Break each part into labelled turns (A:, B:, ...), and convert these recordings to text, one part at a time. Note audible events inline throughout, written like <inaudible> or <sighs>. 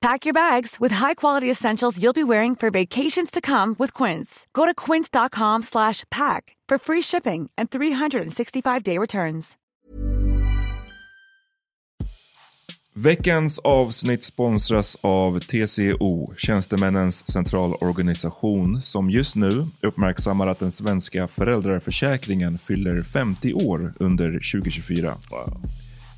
A: Pack your bags with high-quality essentials you'll be wearing for vacations to come with Quince. Go to quince.com slash pack for free shipping and 365-day returns.
B: Veckans avsnitt sponsras av TCO, Tjänstemännens centralorganisation, som just nu uppmärksammar att den svenska föräldraförsäkringen fyller 50 år under 2024.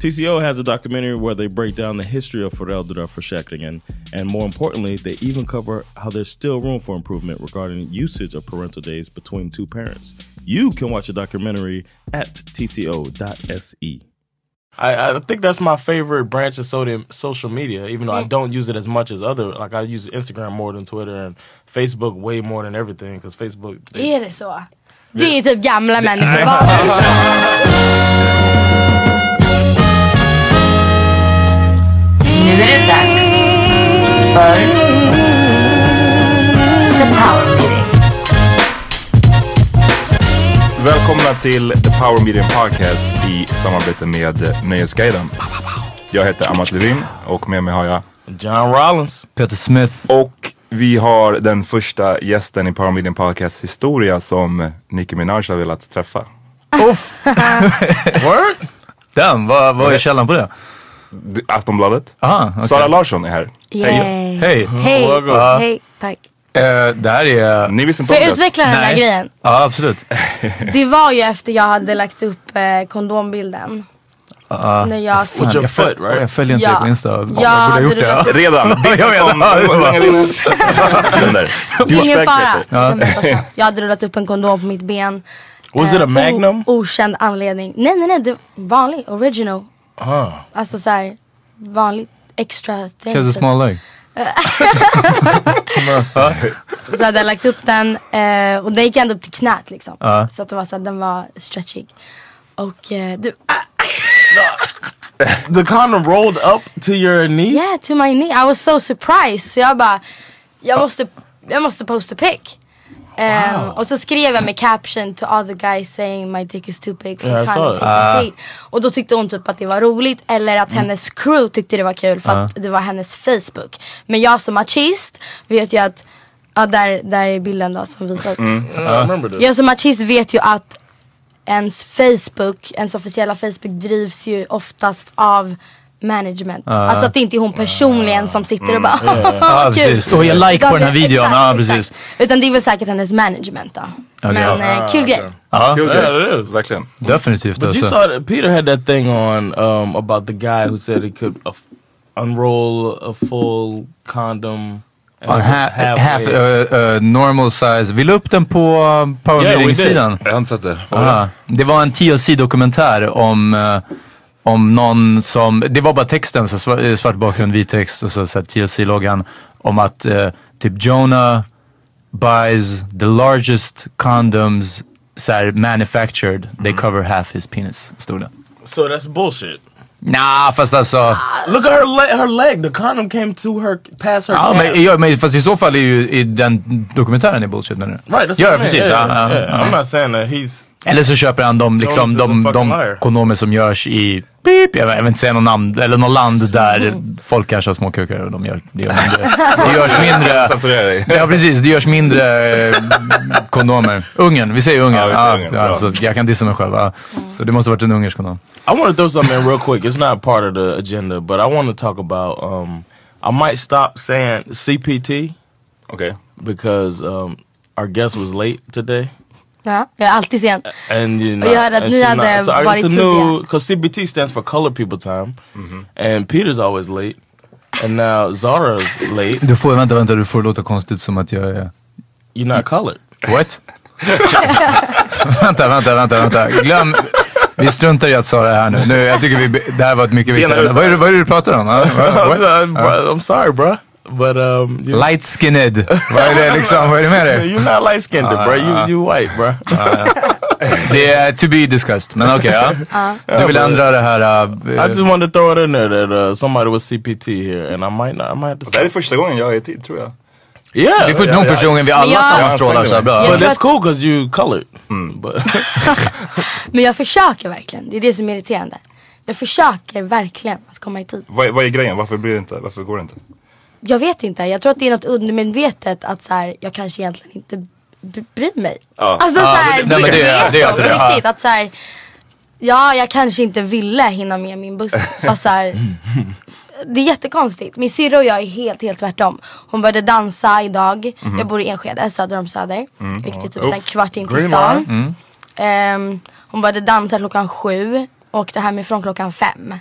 C: TCO has a documentary where they break down the history of föräldraförsäkringen and more importantly, they even cover how there's still room for improvement regarding usage of parental days between two parents. You can watch the documentary at tco.se. I, I think that's my favorite branch of so- social media, even though I don't use it as much as other. Like I use Instagram more than Twitter and Facebook way more than everything because Facebook.
D: Typ.
C: they-
E: Är det så? Det är typ gamla människor. <laughs>
F: Nu är det dags för The Power Meeting.
B: Välkomna till The Power Media Podcast i samarbete med Nöjesguiden. Jag heter Amat Levin och med mig har jag
C: John Rollins.
D: Peter Smith.
B: Och vi har den första gästen i Power Media Podcast historia som Nicki Minaj har velat träffa.
D: Uff!
C: Word?
D: Damn, vad, vad är källan på det?
B: D- Aftonbladet.
D: Aha, okej.
B: Sara Larsson är här.
E: Yay.
D: Hej!
E: Hej,
D: Welcome.
E: hej, tack.
D: Eh, det här är...
B: Ni visste inte
E: Får
B: om
E: jag
B: det?
E: utveckla den här
D: Nej.
E: grejen?
D: Ja, absolut.
E: <laughs> Det var ju efter jag hade lagt upp eh, kondombilden. När jag fick...
C: With your
D: Jag, föl-
C: foot, right?
D: jag följer inte
E: Ja.
D: dig på Insta. Fan,
E: Ja,
D: jag borde ha
E: det
D: gjort det.
B: Redan.
D: Jag vet.
E: Det är ingen
B: Respect,
E: fara.
B: Peter.
E: Jag kan berätta. Jag hade rullat upp en kondom på mitt ben. Eh,
C: Was it a magnum?
E: O- okänd anledning. Nej, nej, nej. Det vanlig. Original. Alltså så här, vanligt. Extra. thing,
D: Ah. She has a
E: typ.
D: small leg.
E: <laughs>
D: <laughs>
E: Så hade jag lagt upp den eh, och den gick ändå upp till knät liksom.
D: Ja.
E: Så att det var så här, den var stretchig. Och eh, du,
C: The condom rolled up to your knee.
E: yeah to my knee. I was so surprised. Så jag bara, jag måste, jag måste posta pic. Ehm, och så skrev jag med caption to all the guys saying my dick is too big for
C: Ja, jag
E: yeah,
C: sa
E: condom
C: det. Mm.
E: dick is big. Och då tyckte hon typ att det var roligt eller att hennes crew tyckte det var kul för att det var hennes Facebook. Men jag som artist vet ju att, ja där, där är bilden då som visas.
C: Mm. I remember this.
E: Jag som artist vet ju att ens Facebook, ens officiella Facebook drivs ju oftast av management. Alltså att det inte är hon personligen som sitter och bara
D: Mm.
B: Mm.
E: <laughs>
D: Ja,
E: kul.
D: precis. Och jag like på den här videon.
E: Exakt,
D: Ja,
E: exakt.
D: precis.
E: Utan det är väl säkert hennes management då. Men
D: ja.
E: eh, kul grej.
D: Ja,
B: Ah, Kul
D: ja,
B: grej. Det är det, verkligen.
D: definitivt
C: But you
D: alltså.
C: saw that Peter had that thing on um, about the guy who said he could uh, unroll a full condom. and
D: On
C: it was
D: ha
C: halfway.
D: half, uh, uh, normal size. Vi la upp den på uh, Power
C: Yeah, we
D: Meeting-sidan.
B: Jag har inte sett det. Vad var
D: Ja, det var en TLC-dokumentär om, eh, om någon som, det var bara texten, så svart, eh, svart bakgrund, vit text och så, så här TLC-loggan. Om att eh, typ Jonah buys the largest condoms så här, manufactured, they cover half his penis, stod det.
C: So that's bullshit.
D: Nah, fast alltså.
C: Look at her leg. Her leg. The condom came to her past her.
D: Ja,
C: calf.
D: men, ja, men fast i så fall är ju i den dokumentären är bullshit menar du?
C: Right, that's what
D: ja,
C: I
D: ja,
C: mean.
D: precis.
C: Yeah,
D: ja,
C: yeah,
D: ja,
C: yeah.
D: ja.
C: I'm not saying that he's
D: Eller så köper han de,
C: Jones
D: liksom,
C: is a
D: de,
C: fucking
D: de
C: liar.
D: kondomer som görs i beep, jag, vet, jag vill inte säga något namn, eller något land där folk kanske har små kukar och de gör, det, gör mindre, det görs
B: <laughs>
D: mindre.
B: Censurera dig.
D: Ja precis, det görs mindre eh, kondomer. Ungern, vi säger
B: Ja,
D: Ungern.
B: vi säger Ungern, bra.
D: så jag kan dissa mig själv. ja. Så det måste ha varit en ungersk kondom.
C: I want to throw something in real quick. It's not part of the agenda, but I want to talk about. Um, I might stop saying CPT
B: Okej.
C: because um, our guest was late today,
E: Ja, jag är alltid sen.
C: and you know,
E: you heard that
C: and
E: ni
C: she
E: hade
C: so I- it's a
E: varit
C: new
E: tidiga.
C: because CPT stands for Color People Time, and Peter's always late, and now Zara's late.
D: Du får, vänta, vänta, du får låta konstigt som att jag är...
C: You're not colored.
D: What? <laughs> vänta, vänta, vänta, vänta. Glöm. Vi struntar i att Sara är här nu. nu jag tycker vi, det här var ett mycket
B: Bena
D: viktigare.
B: ut
D: Vad är, det- vad är det du pratar om? Ja,
B: <laughs>
D: vad- what?
C: <laughs>
D: uh,
C: I'm, I'm sorry, bruh, but um, you,
D: Light skinned. Vad är det liksom? Vad är det med dig?
C: you're not light skinned,
D: Uh,
C: bruh. You you white, bruh.
D: Det är to be discussed. Men okej,
E: <laughs>
D: ja. Du vill ändra det här.
C: I
D: Uh,
C: just wanted to throw it in there that uh, somebody was CPT here, and I might not. I might have to.
B: Det här är
C: Stop.
B: första gången jag är i tid tror jag.
C: Yeah,
D: det är för,
C: yeah,
D: nog
C: yeah.
D: första gången vi alla
E: jag-
D: sammanstrålar så här bra.
E: Jag
C: But
E: tror
C: that's
E: att-
C: cool because you colored.
B: Mm.
C: But
E: <laughs> Men jag försöker verkligen. Det är det som är irriterande. Jag försöker verkligen att komma i tid.
B: Vad, vad är grejen? Varför blir det inte? Varför går det inte?
E: Jag vet inte. Jag tror att det är något undermedvetet att så här, jag kanske egentligen inte b- bryr mig. Alltså så här,
D: men Ah, det-
E: det,
D: men det-
E: det,
D: det- det-
E: är så
D: det-
E: på
D: ja.
E: riktigt. Att så här, ja, jag kanske inte ville hinna med min
D: <laughs>
E: buss. Alltså, Fast så här, det är jättekonstigt. Min syrra och jag är helt, helt tvärtom. Hon började dansa idag.
D: Mhm.
E: Jag bor i Enskede, söder om Söder.
D: Mm.
E: Vilket är typ så här en kvart in till stan. Ehm, hon började dansa klockan sju. Åkte hemifrån klockan fem.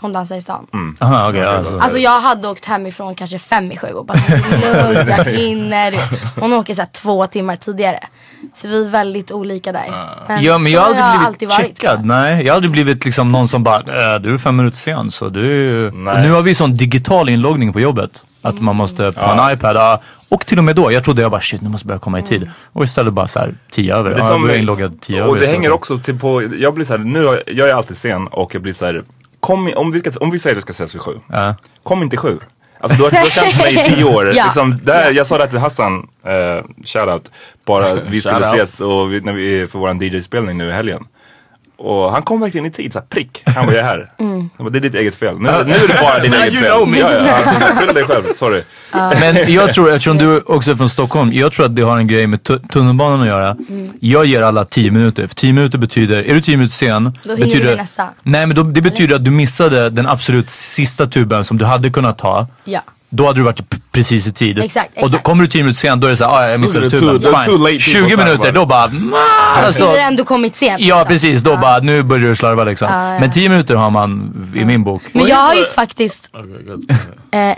E: Hon dansar i stan.
D: Aha, okej, alltså.
E: Alltså jag hade åkt hemifrån kanske fem i sju och bara lugnt, jag hinner. Hon åker såhär två timmar tidigare. Så vi är väldigt olika där. Men
D: Ja men jag har
E: så
D: aldrig blivit
E: alltid varit.
D: checkad. Nej, jag har aldrig blivit liksom någon som bara, äh, du är fem minuter sen så du...
B: Nej.
D: Nu har vi sån digital inloggning på jobbet. Att man måste på en iPad. ja. Och till och med då, jag trodde jag bara shit nu måste jag börja komma i tid. Och istället bara såhär tio över. Ja,
B: som-
D: du är inloggad tio över.
B: Och det
D: istället.
B: hänger också till på, jag blir så här, nu, har- jag är alltid sen och jag blir så här, kom, i- om, vi ska, om vi säger att vi ska ses vid sju,
D: Ja.
B: kom inte sju. Alltså du har, du har känt mig
E: <laughs>
B: i tio år.
E: Ja.
B: liksom, där, jag sa det här till Hassan, eh, shoutout,
C: <laughs>
B: bara vi skulle
C: Shoutout.
B: ses och vi, när vi, för våran DJ-spelning nu i helgen. Och han kom verkligen i tid, så här, prick. Han var jag är
E: <laughs>
B: här. Mm. Bara, det är ditt eget fel. Nu, nu är det
C: <laughs>
B: bara ditt eget fel.
C: know me.
B: Ja,
C: <laughs>
B: ja, alltså, skyll dig själv, sorry. <laughs>
D: Men jag tror, eftersom du också är från Stockholm, jag tror att det har en grej med tu- tunnelbanan att göra.
E: Mm.
D: Jag ger alla 10 minuter, för 10 minuter betyder, är du 10 minuter sen,
E: Då hinner
D: betyder
E: du med
D: att-
E: nästa.
D: Nej men då, det betyder att du missade den absolut sista tuben som du hade kunnat ta.
E: Ja.
D: Då hade du varit p- precis i tid.
E: Exakt,
D: Och då
E: exakt.
D: kommer du 10 minuter sen, då är det såhär, ah, jag missade
C: the two-
D: tuben.
C: the
D: Fine.
C: two late people
D: 20 minuter,
C: time
D: då bara, mm,
E: Alltså,
D: alltså.
E: vi har ändå kommit sent.
D: Ja
E: liksom.
D: precis, då bara, nu börjar du slarva liksom.
E: ja.
D: Men 10 minuter har man i min bok.
E: Men jag har ju faktiskt
C: okay, good.
E: eh,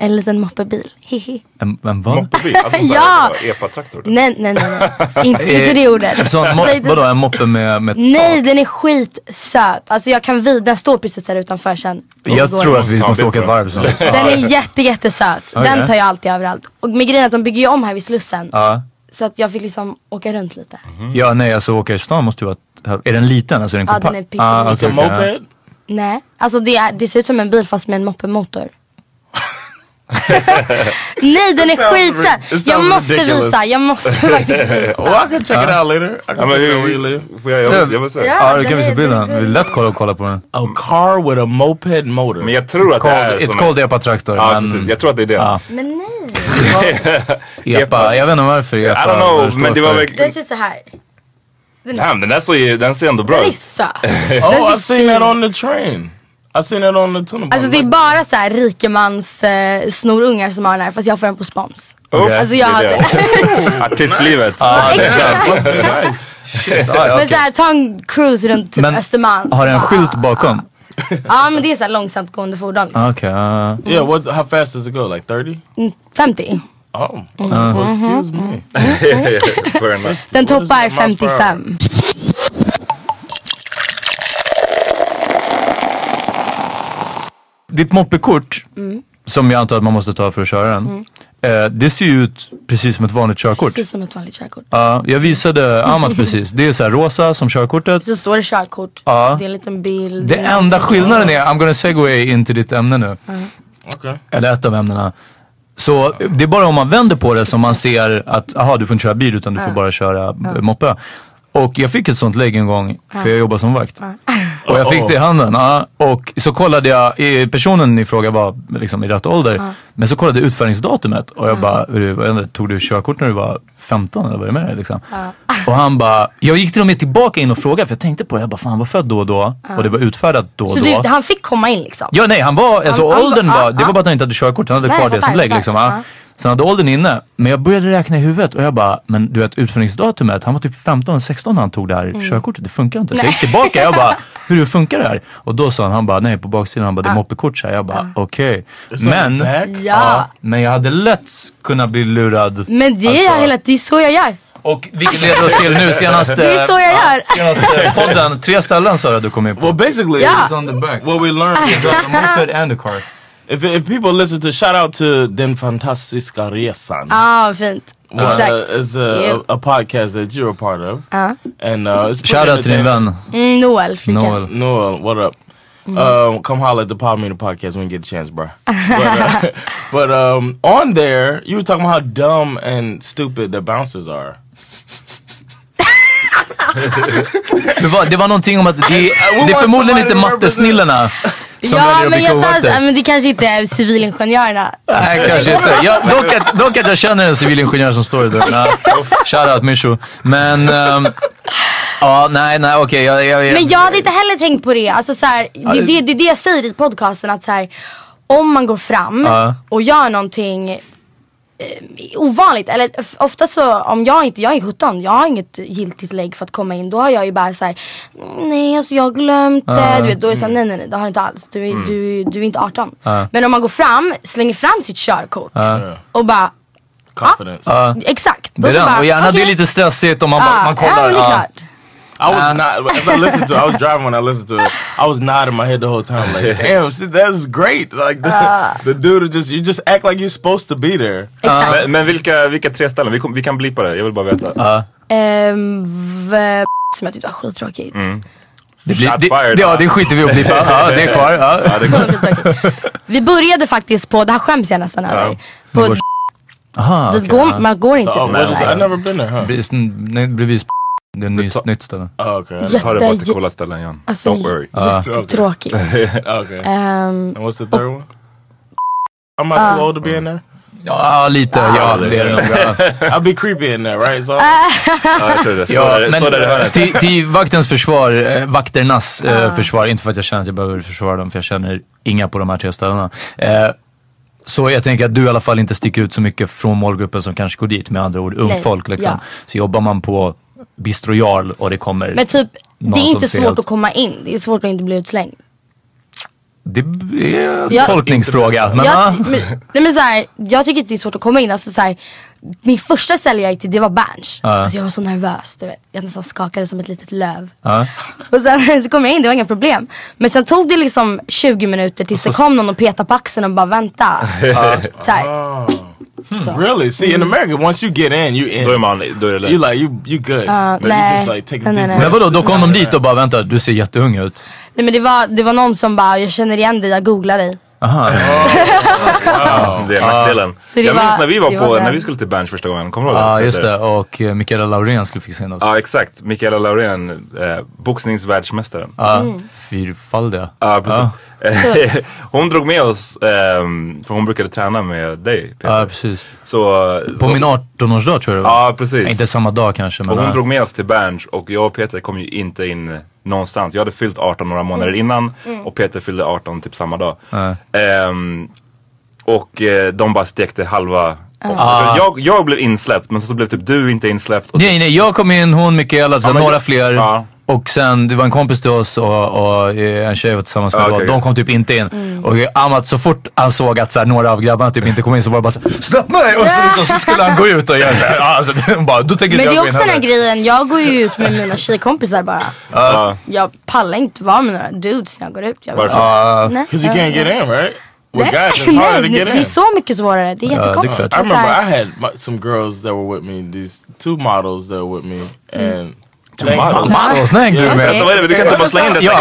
E: en liten moppebil. Hihi.
D: En, en vad?
B: Moppebil,
E: <laughs>
B: alltså som så här, epa-traktor. typ.
E: Nej, nej, nej. nej. Inte, inte det ordet.
D: Sån
E: Säg Mm.
D: mo-
E: inte
D: vadå, Eh, en moppe med, med
E: Nej, den är skitsöt. Alltså jag kan vid, den står precis där utanför sen.
D: Jag
E: Går.
D: tror att vi
B: Ta en
D: måste
B: bild
D: åka
B: på
D: ett
B: den.
D: varv sen.
E: Den är jätte, jättesöt.
D: Okej.
E: Den tar jag alltid överallt. Och med grejen är att de bygger ju om här vid Slussen.
D: Ja.
E: Så att jag fick liksom åka runt lite.
B: Mm.
D: Ja, nej alltså åka i stan måste ju vara... Är den liten? Alltså är den
E: Ja,
D: kompakt?
E: den är pytteliten.
C: It's
D: Ah,
C: a
D: okej, okej, ja.
C: moped.
E: Nej, alltså det, är, det ser ut som en bil fast med en moppemotor. Nej den är skitsöt.
C: sounds
E: Jag måste
C: ridiculous.
E: visa, jag
C: <laughs>
E: måste faktiskt visa.
C: Well, I can check it out later. I
B: Ja,
C: can
B: men,
C: check it
B: hur-
C: out
B: hur-
C: later.
B: får jag, jag, vill- jag vill se.
E: Ja.
D: Ja, du kan
E: den
D: visa
E: är-
D: bilden.
E: den är-
D: Vi lätt kolla, kolla på den.
C: A car with a moped motor.
B: Men jag tror att det är
D: Called, it's
B: som
D: called epa-traktor.
B: Ja,
D: men
B: precis. Jag tror att det är det.
D: Ja.
E: Men nej.
B: <laughs>
D: epa, jag vet inte varför epa
B: I don't
D: vad det
B: know,
D: står
B: men det var
D: för.
E: Den
B: verkligen...
E: ser så här. Den är,
B: Damn, den där ser ju, den ser ändå bra
E: den är
B: ut.
E: söt.
C: Oh,
E: Den ser
C: I've seen that
E: fin.
C: on the train. I've seen that on the tunnel.
E: Alltså det är bara så här rikemans eh, snorungar som har den här fast jag får den på spons.
B: Okej,
E: Alltså jag
B: det är
E: hade,
B: det. <laughs> Artistlivet.
D: Ja, det är
E: Exakt.
B: <laughs>
D: sant. Shit, ah, ja,
E: men
D: okej.
E: så här, ta en cruise runt typ
D: Men
E: Östermalm.
D: Har den en
E: Bara,
D: skylt bakom?
E: Ja men det är så här långsamt gående fordon. Liksom.
D: Ah, Okej. ah.
C: yeah, what? How fast does it go? Like thirty?
E: Mm, 50.
D: Uh-huh.
C: Oh, well, excuse
D: Mm-hmm.
C: <laughs> me.
B: Fair enough.
E: <laughs> Den toppar
C: is the mouse per hour?
E: 55.
D: Ditt moppekort,
E: Mm.
D: som jag antar att man måste ta för att köra den. Eh, det ser ju ut precis som ett vanligt körkort.
E: Precis som ett vanligt körkort.
D: Ja, jag visade Amat precis. Det är så här rosa som körkortet.
E: Så står det körkort.
D: Ja.
E: Det är en liten bild.
D: Det enda skillnaden är, I'm gonna segway in till ditt ämne nu.
C: Okay.
D: Eller ett av ämnena. Så det är bara om man vänder på det som man ser att, aha du får inte köra bil utan du får bara köra eh, moppe. Och jag fick ett sånt lägg en gång, för jag jobbar som vakt. Och jag fick det i handen. ja. Och så kollade jag, eh, personen i fråga var liksom i rätt ålder. Men så kollade jag utfärdningsdatumet och jag bara, "Hur är det, vad är det, tog du körkort när du var 15 eller vad är det med dig liksom? Och han bara, jag gick till och med tillbaka in och frågade för jag tänkte på det, jag bara fan han var född då och då. Och det var utfärdat då och
E: Så
D: då.
E: du, han fick komma in liksom.
D: Ja nej han var, alltså
E: Han- han-
D: åldern
E: ja,
D: var, det
E: ja.
D: var bara att han inte hade körkort, han hade
E: Nej,
D: kvar
E: jag
D: det som
E: fattar,
D: lägg
E: jag
D: liksom.
E: fattar.
D: Ja.
E: Ja.
D: Sen hade åldern inne, men jag började räkna i huvudet och jag bara, men du vet utfärdningsdatumet, han var typ 15 eller 16 när han tog det
E: Mm.
D: här körkortet, det funkar inte. Så jag gick tillbaka,
E: <laughs>
D: jag bara, hur funkar det här? Och då sa han, han bara, nej på baksidan, han bara, det är moppekort så här. Jag bara, okej. Men,
C: back?
E: Ja.
D: ja, men jag hade lätt kunnat bli lurad.
E: Men det är,
D: Alltså-
E: jag hela, det är så jag gör.
D: Och vilket leder oss till nu senaste,
E: Det är så jag gör.
D: senaste podden, tre ställen sa jag du kom in på.
C: Well, basically,
E: Yeah.
C: it's on the back. What we learned is
D: Du
C: that
E: <laughs>
D: hade moped and a car.
C: if, if people listen to, shout out to Den Fantastiska Resan.
E: Ja, fint.
C: Uh,
E: Exakt.
C: it's a,
E: Yep.
C: a, a podcast that you're a part of.
E: Ja.
C: And uh, it's pretty
D: Shout out till din
C: entertaining.
D: vän
E: Mm, Noel, flickan.
D: Noel.
C: Noel, what up? Um, come holler at the Power Meter podcast when you get a chance, bro. <laughs> But, uh, but um, on there, you were talking about how dumb and stupid the bouncers are.
D: Det var, det var någonting om att det, det är förmodligen inte mattesnillena som
E: Ja,
D: väljer
E: men
D: att bli
E: jag sa
D: kovakter.
E: så, här, men det kanske inte är civilingenjörerna.
D: Nej, kanske inte. Jag, dock, att, dock att jag känner en civilingenjör som står i dörren. Ja. Shoutout Misho. Men, ehm, ja, nej, nej, okej. jag, jag,
E: Men jag hade inte heller tänkt på det. Alltså, så här, det, det, det är det jag säger i podcasten. Att, så här, om man går fram
D: Ja.
E: och gör någonting eh, ovanligt. Eller f- ofta så om jag inte, jag är 17, jag har inget giltigt lägg för att komma in. Då har jag ju bara så här, "Mm, nej alltså jag har glömt det. Du vet, då är det så här, nej
D: Mm.
E: nej nej det har du inte alls. Du, är- du, du är inte 18.
C: Uh,
E: Men om man går fram, slänger fram sitt körkort och bara,
C: Confidence.
E: Uh, exakt. Då
D: det är
E: så
D: den.
E: bara,
D: Och gärna det är
E: "Okej."
D: lite stressigt om man,
E: Ja,
D: bara- man
E: ja,
D: kollar.
E: men det är
D: Ja,
E: klart.
C: I was not as I listened to. it, I was driving when I listened to it. I was nodding my head the whole time, like, "Damn, see, that's great!" Like the, the dude is just you just act like you're supposed to be there.
E: Exakt.
B: Men, men vilka, vilka tre ställen? Vi, kom, vi kan blipa det, jag vill bara veta.
E: Ehm, v- som jag tyckte var skittråkigt.
D: det, blir,
B: Mm. Shots
D: det,
B: fired,
D: det, ja,
B: va?
D: det skiter vi i att blippa. Ja, det är kvar. Ja.
B: Ja, det går.
E: Skittråkigt. Vi började faktiskt på, det här skäms jag nästan över. På,
D: går- Aha,
E: dit
D: okej,
E: går,
D: ja.
E: Man går inte
C: Oh,
E: dit.
C: was
E: så
C: it?
E: här.
C: I've never been there, huh?
D: Precis, nej, Bredvid det är ett nytt- nytt ställe.
C: Oh, okay,
E: Jätte,
B: Ta det bara till
E: jä-
B: coola ställen John.
E: alltså,
B: Don't worry.
E: jättetråkigt.
C: okay.
E: Ehm,
C: And what's the third one? I'm not too old to be in there.
D: Ja, lite. Ja, det är det nog. ja.
C: I'll be creepy in there, right? So
B: Ja, jag tror det. Stå
D: Ja,
B: där,
D: men
B: stå där i hörnet.
D: till, till vaktens försvar, eh, vakternas
E: Ah.
D: eh, försvar, inte för att jag känner att jag behöver försvara dem för jag känner inga på de här tre ställena. Eh, så jag tänker att du i alla fall inte sticker ut så mycket från målgruppen som kanske går dit, med andra ord ungt
E: Nej,
D: folk liksom.
E: ja.
D: Så jobbar man på Bistro Jarl och det kommer...
E: men typ,
D: Någon
E: det är inte
D: som ser
E: svårt
D: helt-
E: att komma in. Det är svårt att inte bli utslängd.
D: det är en
E: Ja.
D: Eh, tolkningsfråga. Men, ah,
E: jag,
D: ja.
E: men, nej, men så här, jag tycker att det är svårt att komma in. Alltså, så här, min första ställe jag gick till det var Berns. Alltså, jag var så nervös. Du vet. Jag nästan skakade som ett litet löv.
D: Ja.
E: Och sen <laughs> så kom jag in, det var inga problem. Men sen tog det liksom 20 minuter tills
D: Alltså
E: det kom någon och petade på axeln och bara vänta. så här.
C: Uh, Ah. really, see, in America, once you get in, you in.
B: Då är man, då är det
C: You
B: lätt.
C: like you you good.
E: Uh,
C: But you just
E: nej.
C: like take a
E: Nej,
C: deep
E: nej, nej.
C: breath.
D: men vadå, då kom de dit och bara vänta, du ser jätteung ut.
E: Nej men det var, det var någon som bara, jag känner igen dig, jag googlar dig.
D: Aha.
B: Ja, Det är nackdelen.
E: Så det
B: Jag minns
E: var-
B: när vi var
E: det var
B: på,
E: den.
B: när vi skulle till Berns första gången, kommer du ihåg
D: Ja, just det. Och eh, Mikaela Laurén skulle fixa in oss.
B: Ja, exakt.
D: Mm.
B: Mikaela Laurén, eh, boxningsvärldsmästaren.
D: Ja, fyrfaldiga.
B: Ja, precis.
E: Sjukt.
B: <laughs> hon drog med oss, ehm, för hon brukade träna med dig Peter.
D: Ja, precis.
B: Så,
D: På
B: så,
D: min 18-årsdag tror jag det var.
B: Ja, precis.
D: Inte samma dag kanske. Men
B: Och hon
D: ja.
B: drog med oss till Berns och jag och Peter kom ju inte in någonstans. Jag hade fyllt 18 några månader
D: Mm.
B: innan
D: Mm.
B: och Peter fyllde 18 typ samma dag.
D: Ja.
B: Ehm, och eh, de bara stekte halva oss.
D: Ah.
B: För Jag, jag blev insläppt men så blev typ du inte insläppt. Och
D: Nej, nej, jag kom in, hon, Mikaela,
B: Ja,
D: sen
B: men-
D: några fler. Och sen, det var en kompis till oss och, och eh, en tjej jag var tillsammans med.
B: Ja,
D: då.
B: okej,
D: De
B: okej.
D: kom typ inte in.
B: Mm.
D: Och Amat, så fort han såg att så här, några av grabbarna typ inte kom in så var det bara så här, släpp mig! Och så, liksom, så skulle han gå ut och göra så <laughs> här. ja, Alltså, bara, då tänker
E: Men det
D: inte jag
E: är
D: gå in
E: också den här
D: heller.
E: grejen, jag går ju ut med mina tjejkompisar bara.
D: Ja.
E: Jag pallar inte vara med några dudes när jag går ut. Jag vill-
B: Ah,
C: Because
E: Nej.
C: Uh, you can't get in, right?
E: Nej,
C: With guys,
E: <laughs>
C: it's harder to
E: nej,
C: get in. Ah,
E: Det är så mycket svårare, det är jättekonstigt. Alltså,
C: I
E: Det är så
C: remember
E: här-
C: I had my, some girls that were with me, these two models that were with me,
E: Mm.
C: and
B: two models?
D: Models? Nej, gud.
C: Yeah.
D: men- Ja.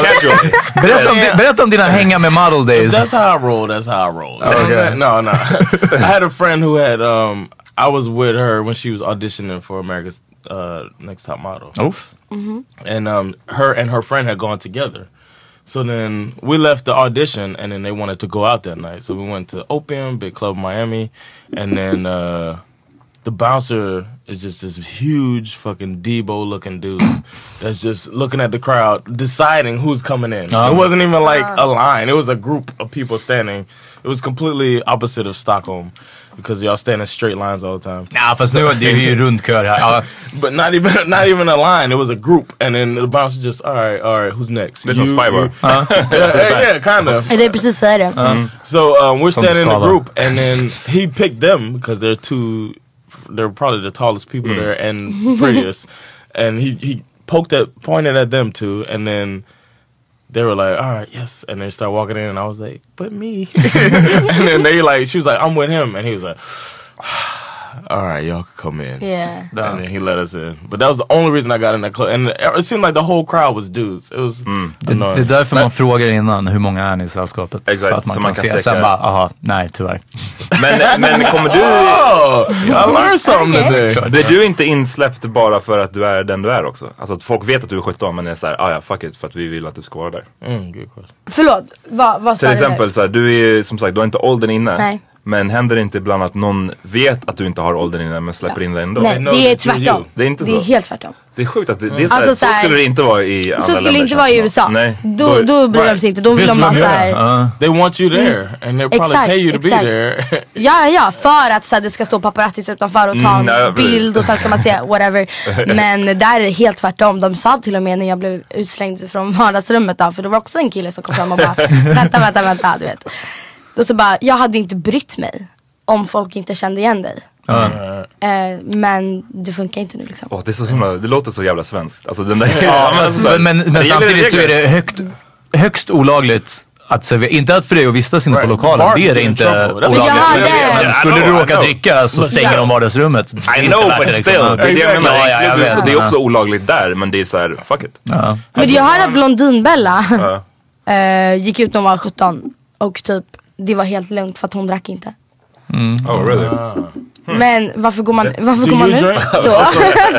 D: Berätta om, di- berätta om dina hänga med model days. Oh,
C: That's how I roll. That's how I roll.
D: Okay.
C: <laughs> No, no. I had a friend who had. Um, I was with her when she was auditioning for America's uh, Next Top Model.
D: Oof.
G: Mhm.
C: And um, her and her friend had gone together. So then we left the audition, and then they wanted to go out that night. So we went to Opium, Big Club Miami, and then uh, the bouncer is just this huge fucking Debo looking dude that's just looking at the crowd, deciding who's coming in.
D: Ah.
C: It wasn't even like
D: Ah.
C: a line; it was a group of people standing. It was completely opposite of Stockholm because y'all stand in straight lines all the time.
D: Ja, fast nu det är ju rundkör här. Ja.
C: But not even not even a line. It was a group, and then the bouncer just, all right, all right, who's next?
B: This is
C: You,
B: Spy Bar.
C: you." <laughs> yeah, yeah, yeah, kind of.
E: Ja, Det är precis så är det.
B: Mm.
C: Um, so um, we're
E: Some
C: standing in
E: scholar.
C: a group, and then he picked them because they're two, they're probably the tallest people
B: Mm.
C: there and prettiest. and he he poked at pointed at them two, and then they were like, "All right, yes," and they started walking in, and I was like, <laughs>
E: <laughs>
C: "But me," and then they like, she was like, "I'm with him," and he was like. <sighs> All right, y'all can come in.
G: Yeah.
C: And then he let us in. But that was the only reason I got in that club. And it seemed like the whole crowd was dudes. It was
D: Det är därför man frågar innan, hur många är ni i sällskapet?
C: Exakt,
D: så att
C: så
D: man kan,
C: man kan
D: se.
C: steka-
D: Sen bara, aha, nej tyvärr.
B: Men, men kommer
D: <laughs>
B: du...
C: Oh, I learned something today.
B: Blir du inte insläppt bara för att du är den du är också? Alltså att folk vet att du är 17 men är såhär, ah ja fuck it för att vi vill att du ska vara där.
D: Mm,
E: Förlåt, vad, vad sa
B: Till
E: du där?
B: exempel så här, du är som sagt, du har inte åldern inne.
E: Nej.
B: Men händer det inte ibland att någon vet att du inte har åldern inne men släpper in dig ändå?
E: Nej, det är tvärtom.
B: Det är inte
E: Det är
B: så.
E: helt tvärtom.
B: Det är sjukt att det, det är så,
E: Alltså så
B: här, så
E: här-
B: skulle det inte vara i andra
E: Så skulle det
B: länder,
E: inte
B: känns
E: vara i
B: som.
E: USA.
B: Nej.
E: Då, då bryr de sig inte, då vill de bara såhär.
C: They want you there.
E: Mm.
C: And they probably
E: Exakt,
C: pay you to be
E: exakt.
C: there.
E: Ja, ja, ja, för att så här, det ska stå paparazzis utanför och ta
C: Mm, ja,
E: en
C: precis.
E: bild och sen ska man
C: <laughs>
E: säga whatever. Men där är det helt tvärtom. De sa till och med när jag blev utslängd från vardagsrummet då, för det var också en kille som kom fram och
C: <laughs>
E: bara vänta, vänta, vänta, du vet. Då så bara, jag hade inte brytt mig om folk inte kände igen dig.
B: Ja.
D: Mm.
E: Eh, men det funkar inte nu liksom.
B: Åh, det, är så himla, det låter så jävla svenskt. <laughs> Alltså, den där,
D: Ja,
B: men så här-
D: men, men,
B: Det
D: men
B: gäller
D: samtidigt så är
B: regler.
D: det högt, högst olagligt att servera. Inte att för dig att vistas inne på lokalen, det är det inte
B: trouble. That's
D: olagligt.
B: what I'm saying.
D: Men
B: Yeah, I
D: skulle du
B: know, I
D: råka
B: know.
D: dricka så
B: Listen.
D: stänger de vardagsrummet. Det är
B: I
D: inte
B: know
D: värt
B: but
D: det,
B: still.
D: liksom.
B: Det är det jag menar.
D: Ja, ja, jag
B: Det är också-
D: vet.
B: det är också
D: Ja.
B: olagligt där men det är såhär, fuck it.
D: Ja.
E: Men jag hörde att Blondinbella <laughs>
B: Ja.
E: eh, gick ut när hon var 17 och typ det var helt lugnt för att hon drack inte.
B: Oh really?
C: Hm.
E: Men varför går man, varför
C: Do
E: går man
C: you
E: ut
C: <laughs> drink?
E: <laughs> då?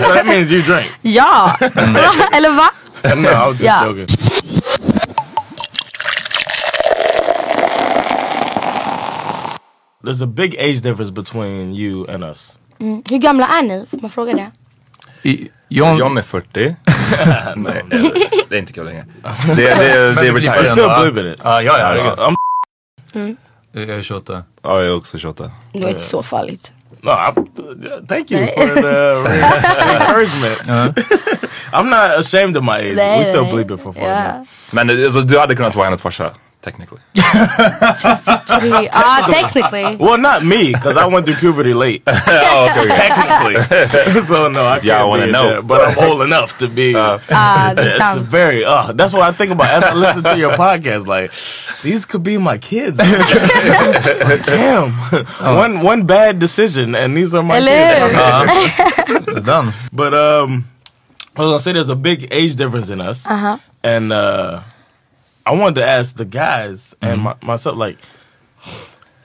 C: so that means you drink.
E: ja! Eller va?
C: No, I was just
E: Ja.
C: joking. There's a big age difference between you and us.
E: Mm. Hur gamla är ni? Får man fråga det?
D: John...
B: är 40. Nej, det är- det är inte kul längre. Det, det, det är
D: Men vi klipper
B: retired.
D: ändå, va? Ja, ja, ja. herregud.
C: I'm
E: Mm.
D: Jag är 28.
B: Ja, jag är också 28.
E: <laughs> Det var inte så farligt.
C: No, I'm, uh, thank you
E: <laughs>
C: for the re- encouragement. I'm not ashamed of my age.
E: Nej,
C: We still
E: nej.
C: bleep it for fun.
E: Ja.
B: Men alltså, du hade kunnat vara hennes farsa, technically.
E: <laughs>
C: <laughs>
E: Tre- ah, technically.
C: Well, not me, because I went through puberty
B: <laughs>
C: late.
B: Oh,
C: <laughs>
B: okay.
C: Technically. <laughs> so, no, I can't
B: Yeah, I wanna
C: be
B: know. Uh,
C: that, But I'm old enough to
B: <laughs>
C: be.
E: Ah, det är
C: it's
E: sant.
C: very, uh, that's what I think about as I listen to your podcast. Like, these could be my kids. <laughs> Damn.
B: Oh.
C: one, one bad decision, and these are my
E: Eller
C: kids.
E: hur?
B: Uh-huh.
D: Done.
C: <laughs> But, um, I was going to say there's a big age difference in us.
H: Uh-huh.
E: Aha.
C: And uh, I wanted to ask the guys and my, myself, like,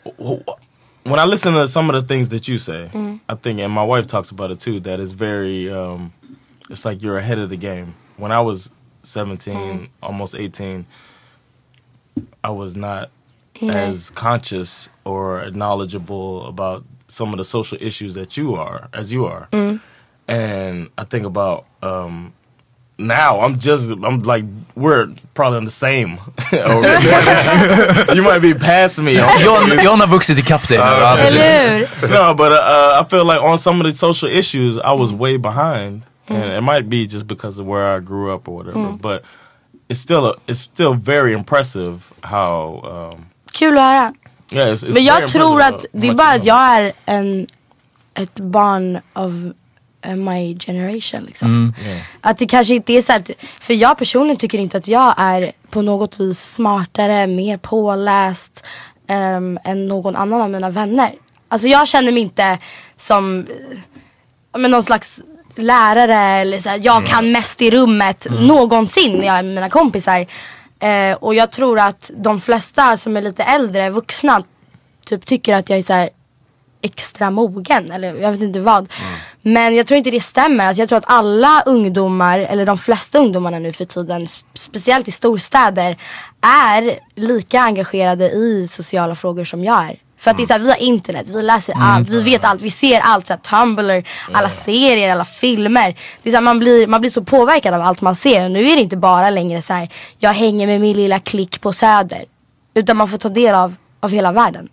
C: wh- wh- when I listen to some of the things that you say,
G: Mhm.
C: I think, and my wife talks about it too, that it's very, um, it's like you're ahead of the game. When I was 17, almost 18, I was not
E: Nej.
C: as conscious or knowledgeable about some of the social issues that you are, as you are.
E: Mm.
C: And I think about um, now, I'm just, I'm like, we're probably on the same. <laughs> Or- <laughs> you might be past
D: <laughs>
C: me. Uh,
D: John, John har vuxit ikapp dig nu.
C: no, but uh, uh, I feel like on some of the social issues, I was way behind, and it might be just because of where I grew up or whatever.
E: Mm.
C: But it's still a, it's still very impressive how. Um,
E: <laughs> Kul att höra.
C: yeah, it's, it's
E: Men
C: very
E: jag tror
C: impressive
E: att,
C: how
E: det är
C: much-
E: bara att jag är en, ett barn av eh, my generation liksom.
C: Mm.
E: Att det kanske inte är så här, att- för jag personligen tycker inte att jag är på något vis smartare, mer påläst ehm, än någon annan av mina vänner. Alltså jag känner mig inte som eh, men någon slags lärare eller så här, jag
I: Mm.
E: kan mest i rummet någonsin när jag är med mina kompisar. Eh, och jag tror att de flesta som är lite äldre, vuxna, typ tycker att jag är så här extra mogen eller jag vet inte vad. Men jag tror inte det stämmer. Alltså jag tror att alla ungdomar, eller de flesta ungdomarna nu för tiden, s- speciellt i storstäder, är lika engagerade i sociala frågor som jag är. För att det är såhär, vi har internet, vi läser
I: Mm.
E: allt, vi vet allt, vi ser allt. Såhär, Tumblr, alla serier, alla filmer. Det är såhär, man, blir, man blir så påverkad av allt man ser. Och nu är det inte bara längre så här: jag hänger med min lilla klick på söder. Utan man får ta del av, av hela världen.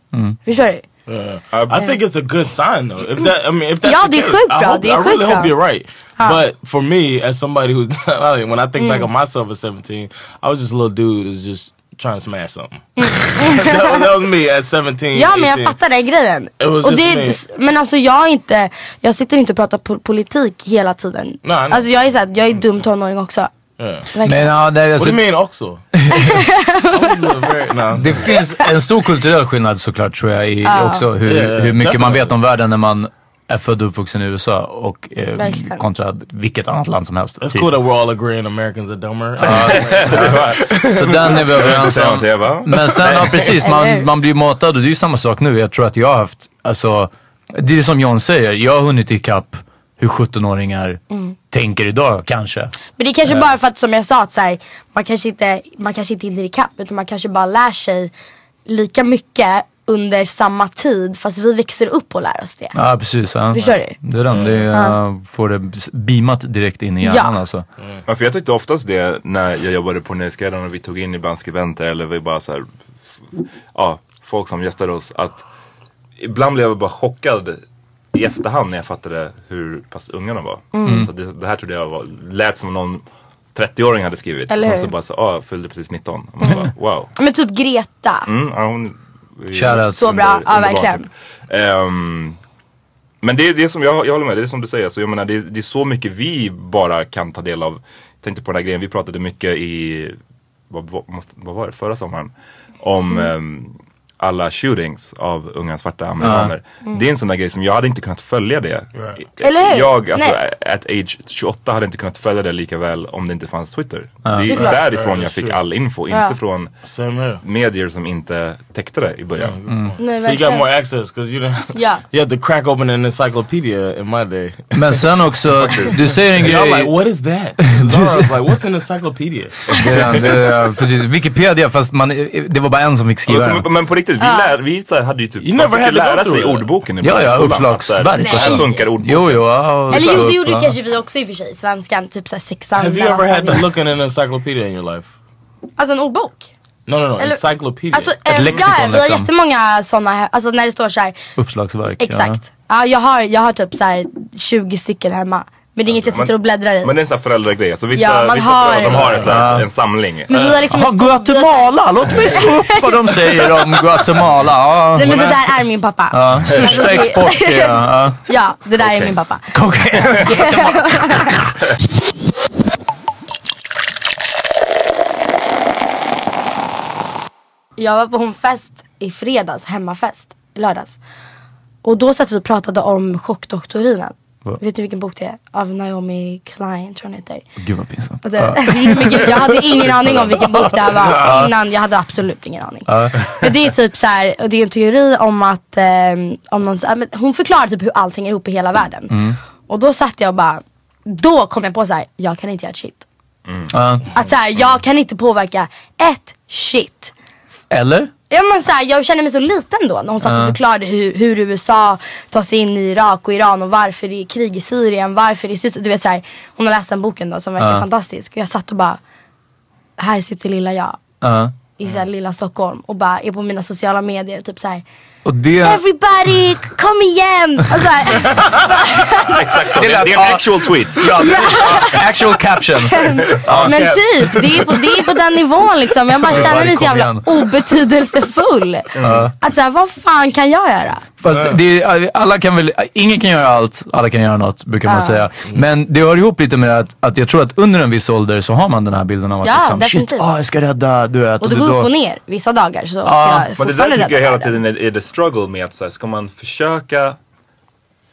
E: Förstår du?
C: Yeah. Uh, I think it's a good sign though. If that, I mean, if that's
E: Ja,
C: the
E: det är
C: case,
E: sjukt
C: I,
E: bra,
C: hope,
E: det är
C: I really
E: sjukt bra.
C: hope you're right.
E: Ja.
C: But for me, as somebody who's <laughs> when I think back
E: Mm.
C: on myself at 17, I was just a little dude who's just trying to smash something. <laughs> that, was, that was me at 17.
E: Ja men jag
C: 18.
E: fattar den grejen.
C: It was
E: Och
C: just
E: det,
C: me.
E: men alltså jag är inte, jag sitter inte och pratar po- politik hela tiden.
C: Nej, Mm. nej.
E: Alltså jag är såhär, jag är dum tonåring också.
C: Yeah.
D: Men, ja, det,
C: What
D: alltså,
C: do you mean också?
D: <laughs> det finns en stor kulturell skillnad såklart tror jag i
C: Ja.
D: också hur,
C: Ja, ja,
D: hur mycket man vet om världen när man är född och uppvuxen i USA och eh,
C: Verkligen.
D: kontra vilket annat land som helst.
C: It's
D: typ.
C: cool that we're all agreeing Americans are dumber. <laughs>
D: Så den är vi överens
C: Jag vill inte säga något,
D: om.
C: Eva.
D: Men sen, ja precis,
C: Eller hur?
D: man, man blir matad och det är ju samma sak nu. Jag tror att jag har haft, alltså, det är som John säger, jag har hunnit ikapp hur 17-åringar
E: Mm.
D: tänker idag kanske.
E: Men det är kanske
D: Eh.
E: bara för att som jag sa, att så här, man, kanske inte, man kanske inte hinner ikapp utan man kanske bara lär sig lika mycket under samma tid fast vi växer upp och lär oss det.
D: Ja precis. Ja.
E: Förstår du?
D: Det är den, det är,
E: Ja.
D: eh, får det beamat direkt in i
E: Ja.
D: hjärnan alltså.
B: Ja, för jag tyckte oftast det när jag jobbade på Nöjesguiden och vi tog in ibland skribenter eller vi bara så här, f- ja, folk som gästade oss. Att ibland blev jag bara chockad i efterhand när jag fattade hur pass unga de var.
I: Mm.
B: Så det, det här trodde jag var, lät som någon 30-åring hade skrivit.
E: Eller
B: Sen så
E: hur?
B: bara så, ja, fyllde precis 19. Och man
E: <laughs>
B: bara, wow.
E: Men typ Greta.
B: Mm, ja, hon, är
E: Shoutout. Så bra,
B: under-
E: ja,
B: underbar
E: verkligen.
B: typ. Ehm, men det är det som jag, jag håller med, det är som du säger. Så jag menar, det, är- det är så mycket vi bara kan ta del av. Jag tänkte på den här grejen, vi pratade mycket i, vad, vad, måste, vad var det, förra sommaren? Om
E: Mm.
B: ehm, alla shootings av unga svarta amerikaner.
E: Mm.
B: Det är en sån där grej som jag hade inte kunnat följa det.
E: Eller hur?
B: Jag, alltså,
E: Nej.
B: at age 28 hade inte kunnat följa det lika väl om det inte fanns Twitter.
C: Ja.
B: Det är
C: Såklart.
B: därifrån
C: Ja,
B: jag fick
C: sure.
B: all info,
E: Ja.
B: inte från medier som inte täckte det i början.
E: Nej,
C: so you got
E: verkligen.
C: more access because you didn't.
J: <laughs>
E: Ja.
C: You had to crack open an encyclopedia in my day.
D: Men
C: <laughs>
D: sen också, du säger en
C: And
D: grej.
C: I'm like, what is that? Zara was like, what's an encyclopedia?
D: Det
C: <laughs>
D: är den, det är, precis. Wikipedia, fast man, det var bara en som fick skriva den.
B: Men, men på riktigt, vi,
D: Ja.
B: lär, vi så här hade ju typ,
D: You
B: man
D: never
B: fick ju
D: had to go
B: lära
D: through
B: sig
D: it.
B: ordboken i
D: Ja, ja,
B: skolan, att så här,
D: uppslagsverk och
B: Här
D: sånt.
B: funkar ordboken.
D: Jo, jo. ja,
E: Eller
D: så
E: jo,
D: upp,
E: det gjorde
D: ja.
E: kanske vi också i och för sig, svenskan, typ såhär sexan.
C: Have you
E: mellan
C: ever had to
E: stadierna.
C: look in an encyclopedia in your life?
E: Alltså en ordbok.
C: No, no, no.
E: Eller-
C: encyclopedia.
E: Alltså,
C: liksom.
E: eh, ja, vi har jättemånga sådana, alltså när det står så här.
D: Uppslagsverk.
E: Exakt. Ja. jag, har, jag har typ så här 20 stycken hemma. Men det är inget jag sitter och bläddrar i.
B: Men det är en sån här föräldragrej. Alltså vissa,
E: Ja, man
B: vissa
E: har-
B: föräldrar de har en, sån här, en samling. Eh.
E: Men vi har liksom
D: Jaha,
E: en stor-
D: Guatemala, låt mig slå upp vad de säger om Guatemala. Ja.
E: Nej men det där är min pappa.
D: Ja,
E: Alltså,
D: största
E: det-
D: export det är, ja.
E: <laughs> ja, det där är min pappa. <laughs> Jag var på homfest i fredags, hemmafest, i lördags. Och då satt vi och pratade om Chockdoktorinen.
D: Va?
E: Vet du vilken bok det är? Av Naomi Klein tror jag hon heter.
D: Gud vad pinsamt.
E: Och det, <laughs> men gud, jag hade
D: <laughs>
E: ingen aning om vilken bok det här var innan. Jag hade absolut ingen aning.
D: Ja.
E: Men det är typ så här, och det är en teori om att, eh, om någon, ja, men hon förklarar typ hur allting är ihop i hela världen.
D: Mm.
E: Och då satt jag och bara, då kom jag på så här,
B: Mm.
E: jag kan inte göra ett shit.
D: Ja.
E: Att så här, jag kan inte påverka ett shit.
D: Eller?
E: Ja, men så här, jag kände mig så liten då när hon satt
D: Ja.
E: och förklarade hur, hur USA tar sig in i Irak och Iran och varför det är krig i Syrien, varför det är Syrien. Du vet så här, hon har läst den boken då som verkar
D: Ja.
E: fantastisk. Och jag satt och bara, här sitter lilla jag
D: Ja.
E: i
D: Mm.
E: så här, lilla Stockholm och bara är på mina sociala medier typ så här.
D: Och det...
E: Everybody kom igen! Och så här,
B: Exakt så. Det är en actual tweet.
D: Ja, det är- actual caption. Ja.
E: Men typ, det är, på, det är på den nivån liksom. Jag bara känner mig så jävla
D: Kom
E: obetydelsefull.
D: Ja.
E: Att så här, vad fan kan jag göra?
D: Fast
C: Mm.
D: det är, alla kan väl, ingen kan göra allt, alla kan göra något brukar man
E: Ja.
D: säga. Men det hör ihop lite med att, att jag tror att under en viss ålder så har man den här bilden av att
E: Ja,
D: liksom, shit,
E: definitivt.
D: ah, jag ska rädda, du vet.
E: Och det
D: du
E: går
D: då-
E: upp och ner vissa dagar så ska jag
B: men det där
E: fortfarande
B: tycker jag
E: rädda
B: hela
E: världen.
B: tiden är, är the struggle med att så här, ska man försöka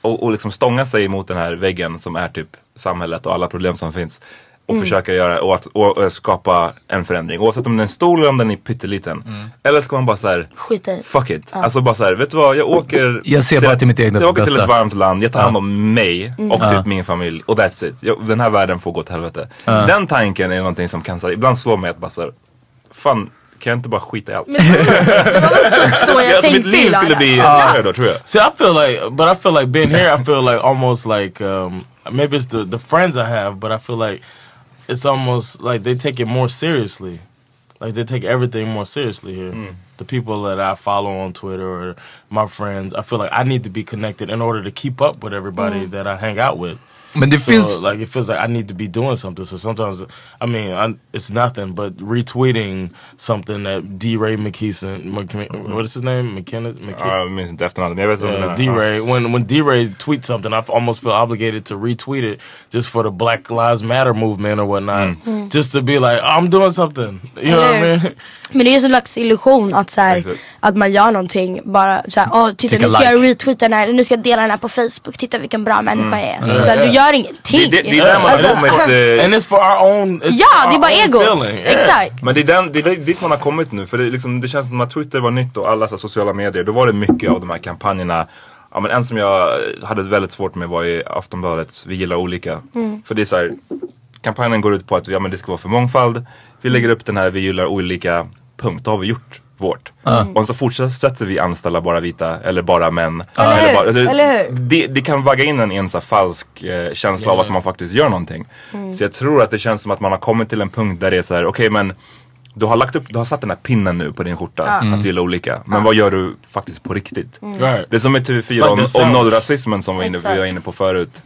B: och, och liksom stånga sig mot den här väggen som är typ samhället och alla problem som finns. Och
F: Mm.
B: försöka göra och, att, och, och skapa en förändring. Oavsett om den är stor eller om den är pytteliten. Eller ska man bara så här,
E: Skit i.
B: fuck it.
E: Mm. Ja.
B: Alltså bara så här, vet du vad, jag åker
D: Jag ser
B: till
D: bara
B: ett-
D: till mitt egna
B: Jag åker till
D: bästa.
B: ett varmt land, jag tar hand om mig
D: Mm.
B: och
D: Ja.
B: typ min familj. Och that's it. Jag, den här världen får gå åt helvete.
D: Ja.
B: Den tanken är någonting som kan, så här, ibland slår mig att bara så här, fan kan jag inte bara skita i allt?
E: Så jag
B: Alltså, mitt
E: tänkte
B: liv skulle
E: ibland.
B: bli
C: Ah.
B: enklare då tror jag.
C: See, I feel like, but I feel like being here. I feel like almost like um, maybe it's the the friends I have, but I feel like it's almost like they take it more seriously. Like they take everything more seriously here. The people that I follow on Twitter or my friends, I feel like I need to be connected in order to keep up with everybody
D: Mm.
C: that I hang out with.
D: Men det
C: so,
D: finns-
C: like it feels like I need to be doing something. So sometimes, I mean, I, it's nothing but retweeting something that D. Ray McKeeson, McKe- what is his name, McKenna,
B: Ja, jag minns inte efternamnet men jag vet vad du
C: yeah,
B: menar.
C: D Ray. When when D Ray tweets something, I almost feel obligated to retweet it just for the Black Lives Matter movement or whatnot,
E: Mm.
C: just to be like, "Oh, I'm doing something. You know what I
E: Eller
C: mean?
E: Men det är ju en slags illusion att, så här,
C: Exakt.
E: att man gör någonting bara såhär, åh titta
C: Klicka
E: nu ska
C: like.
E: jag retweeta den här, eller nu ska jag dela den här på Facebook, titta vilken bra människa jag är.
C: Mm.
E: Så här, du
C: Ja.
E: gör ingenting. Alltså,
B: eh,
C: and it's for our own. It's
E: Ja,
C: our
E: det är bara
C: own
E: egot.
C: feeling.
E: Yeah. Exakt.
B: Men det är, den, det är dit man har kommit nu. För det, är liksom, det känns som att Twitter var nytt och alla så här sociala medier. Då var det mycket av de här kampanjerna. Ja, men en som jag hade väldigt svårt med var i Aftonbladets Vi gillar olika.
F: Mm.
B: För det är så här, kampanjen går ut på att ja, men det ska vara för mångfald. Vi lägger upp den här Vi gillar olika punkt. Då har vi gjort vårt.
F: Mm.
B: Och så fortsätter vi anställa bara vita eller bara män.
F: Eller hur?
B: bara, alltså,
F: Eller hur?
B: Det, det kan vagga in en i en så här falsk eh, känsla av
F: Ja.
B: att man faktiskt gör någonting.
F: Mm.
B: Så jag tror att det känns som att man har kommit till en punkt där det är så här, okej men du har lagt upp, du har satt den här pinnen nu på din skjorta,
F: Ja. Mm.
B: att du gillar olika. Men
F: Ja.
B: vad gör du faktiskt på riktigt?
F: Mm. Right.
B: Det är som med
F: It's like
B: TV4
F: the
B: om, om
F: South.
B: nollrasismen som vi, inne, vi var
F: Exakt.
B: inne på förut.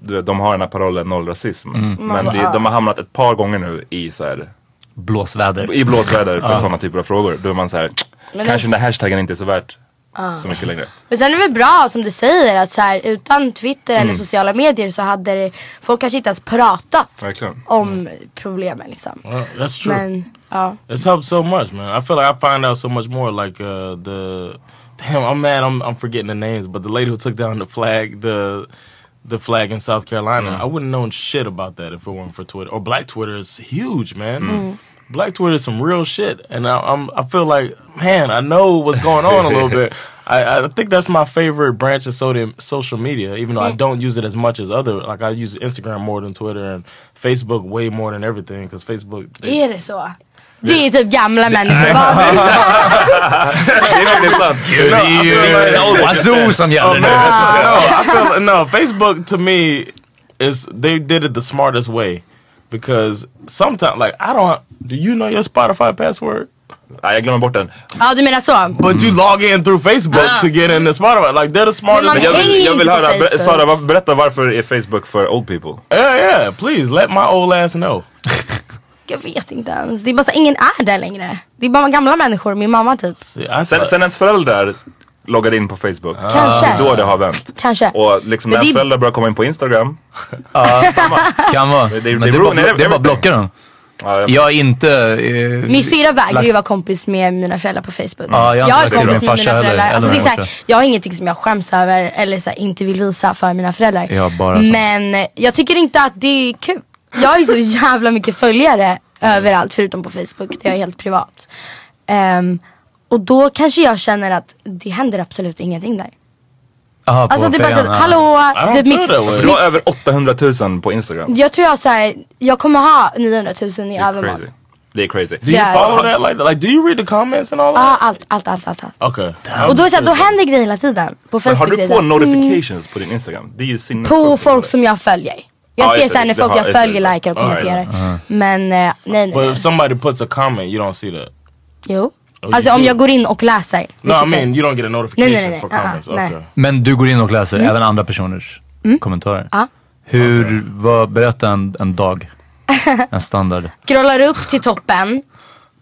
B: Du vet, De har den här parollen nollrasism.
D: Mm.
B: Men
D: Man-
B: det, de har hamnat ett par gånger nu i så här,
D: Blåsväder.
B: i blåsväder för
D: Ja.
B: sådana typer av frågor. Då är man så här,
E: Men
B: kanske den
E: det-
B: här hashtaggen inte är så värt
E: Ja.
B: så mycket längre.
E: Ah. Men sen är det väl bra som du säger att så här, utan Twitter eller
B: Mm.
E: sociala medier så hade det, folk kanske inte ens pratat
C: Verkligen.
E: om problemen liksom.
C: Well, that's true.
E: Men ja.
C: It's helped so much, man. I feel like I find out so much more. Like uh, the damn, I'm mad. I'm I'm forgetting the names, but the lady who took down the flag, the the flag in South Carolina, I wouldn't known shit about that if it weren't for Twitter. Or Black Twitter is huge, man.
F: Mm.
C: Black Twitter is some real shit, and I, I'm I feel like man, I know what's going on a little bit. I, I think that's my favorite branch of sodium, social media, even though I don't use it as much as other. Like I use Instagram more than Twitter and Facebook way more than everything because Facebook
E: Är det så? Det är typ gamla människor.
B: det är faktiskt sant.
C: No, I
D: ju
C: feel like-
D: en old wazoo som gäller
C: Oh,
D: nu.
C: no, I feel like- no, Facebook to me is they did it the smartest way because sometimes like I don't do you know your Spotify password?
B: I glömmer bort den.
E: Ja du menar så.
C: But you log in through Facebook
E: Ah.
C: to get in the Spotify. Like they're the smartest.
B: Men jag, vill- jag vill höra, ber- Sara var- berätta varför är Facebook för old people?
C: Yeah, yeah. Please let my old ass know.
E: Jag vet inte ens. Det är bara så här, ingen är där längre. Det är bara gamla människor, min mamma typ.
B: Sen, sen ens föräldrar loggade in på Facebook,
C: Ah.
E: Kanske.
B: det är då det har vänt.
E: Kanske.
B: Och liksom
E: Men
B: när
E: det-
B: föräldrar börjar komma in
C: <laughs>
B: på Instagram,
D: Kan vara.
B: det,
D: Men det är bara- det är bara blocka dem. Jag är inte... eh,
E: Min syrra vägrar
D: lagt-
E: ju vara kompis med mina föräldrar på Facebook.
D: Ja, jag
E: är
D: har inte lagt till min
E: kompis med
D: farsa
E: mina
D: heller,
E: föräldrar.
D: eller
E: Alltså, det är
D: min
E: så här,
D: morsa.
E: jag har ingenting som jag skäms över eller så här, inte vill visa för mina föräldrar.
D: Jag har bara sånt.
E: Men jag tycker inte att det är kul. Jag har ju så <laughs> jävla mycket följare överallt förutom på Facebook där jag är helt privat. Ehm, och då kanske jag känner att det händer absolut ingenting där.
D: Aha,
E: på Alltså, det är bara fejan, så här, ja. hallå, det är mitt-
B: Du har över 800 000 på Instagram.
E: Jag tror jag så här, jag kommer ha 900 000 i
B: Det är
E: övermorgon.
B: crazy. Det är crazy.
C: Do you follow that? Like, like, do you read the comments and all
E: Ja, allt, allt, allt, allt. allt.
C: Okay.
E: Ah. Och då, är det så här, då händer grejer hela tiden. På
B: Men
E: Facebook
B: har
E: så är
B: du
E: det
B: på
E: så här, mm,
B: notifications på din Instagram? Det är ju sinnessjukt.
E: På folk som jag följer. Jag
C: Ja,
E: ser
C: just
E: sen
C: det.
E: när
C: Det
E: folk
C: har-
E: jag
C: just det.
E: följer likar och
C: Ja, just det.
E: kommenterar.
C: Uh-huh.
E: Men eh, nej, nej.
C: But if somebody puts a comment, you don't see that.
E: Jo.
C: Oh,
E: Alltså
C: you
E: om
C: do.
E: jag går in och läser.
C: No, I
E: vilket jag-
C: mean you don't get a notification
E: Nej, nej, nej,
C: for
E: nej. Uh-uh,
C: comments.
E: nej.
C: okay.
D: Men du går in och läser
E: Mm.
D: även andra personers kommentarer?
E: Ja.
D: Hur, vad, berätta en,
E: <laughs>
D: en dag, en standard.
E: Scrollar upp till toppen.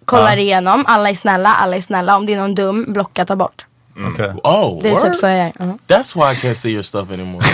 E: Kollar
D: Ja.
E: igenom. Alla är snälla, alla är snälla. Om det är någon dum, blocka, ta bort.
C: Okay. Oh,
E: Det är
C: word?
E: typ så jag gör. uh
C: That's why I can't see your stuff <laughs> anymore.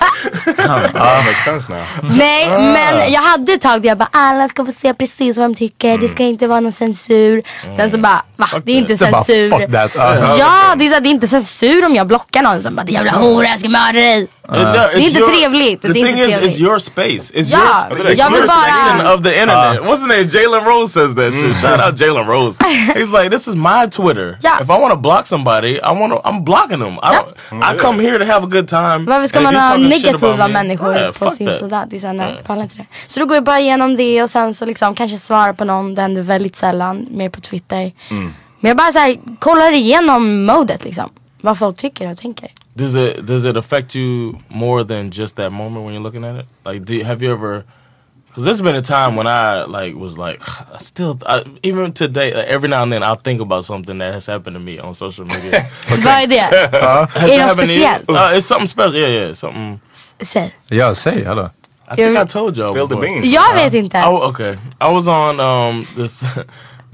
B: Ah, makes sense now.
C: Mm.
E: Nej
C: Ah.
E: men jag hade ett tag där jag bara alla ska få se precis vad de tycker,
C: Mm.
E: det ska inte vara någon censur. Sen så bara va? Det är inte
D: Så bara,
E: censur.
D: fuck that. Ah.
E: Ja det är, så här, det är inte censur om jag blockar någon som bara din jävla hora jag ska mörda dig.
C: Uh,
E: det är
C: it's
E: inte
C: your-
E: trevligt. Det
C: The
E: är
C: thing
E: inte
C: is, it's
E: trevligt.
C: your space. It's
E: Ja,
C: your space. It's
E: jag vill
C: your
E: bara-
C: section of the internet. What's the name? Jalen Rose says that shit. Shout out Jalen <laughs> Rose. He's like, this is my Twitter.
E: Yeah.
C: If I want to block somebody, I want to. I'm blocking them. I, don't, I come here to have a good time.
E: Varför ska
C: and if
E: man
C: you're
E: ha
C: talking shit
E: negativa
C: about me-
E: människor
C: Yeah,
E: på
C: fuck
E: sin
C: that.
E: sida? Det är såhär, nej, jag pallar inte det. Så då går jag bara igenom det och sen så liksom kanske svarar på någon, det händer väldigt sällan, mer på Twitter.
C: Mm.
E: Men jag bara såhär, kollar igenom modet liksom. Vad folk tycker och tänker.
C: Does it does it affect you more than just that moment when you're looking at it? Like, do you, have you ever? Because there's been a time when I like was like, <sighs> I still I, even today. Like, every now and then, I'll think about something that has happened to me on social media.
E: Vad är det?
C: <laughs> Has
E: Är något
C: that happened to you?
E: speciellt?
C: Uh, it's something special. Yeah, yeah, something.
E: Säg.
D: Ja, säg hallå.
C: I think I told y'all. Spill the beans.
E: Jag vet inte.
C: I, okay, I was on um this. <laughs>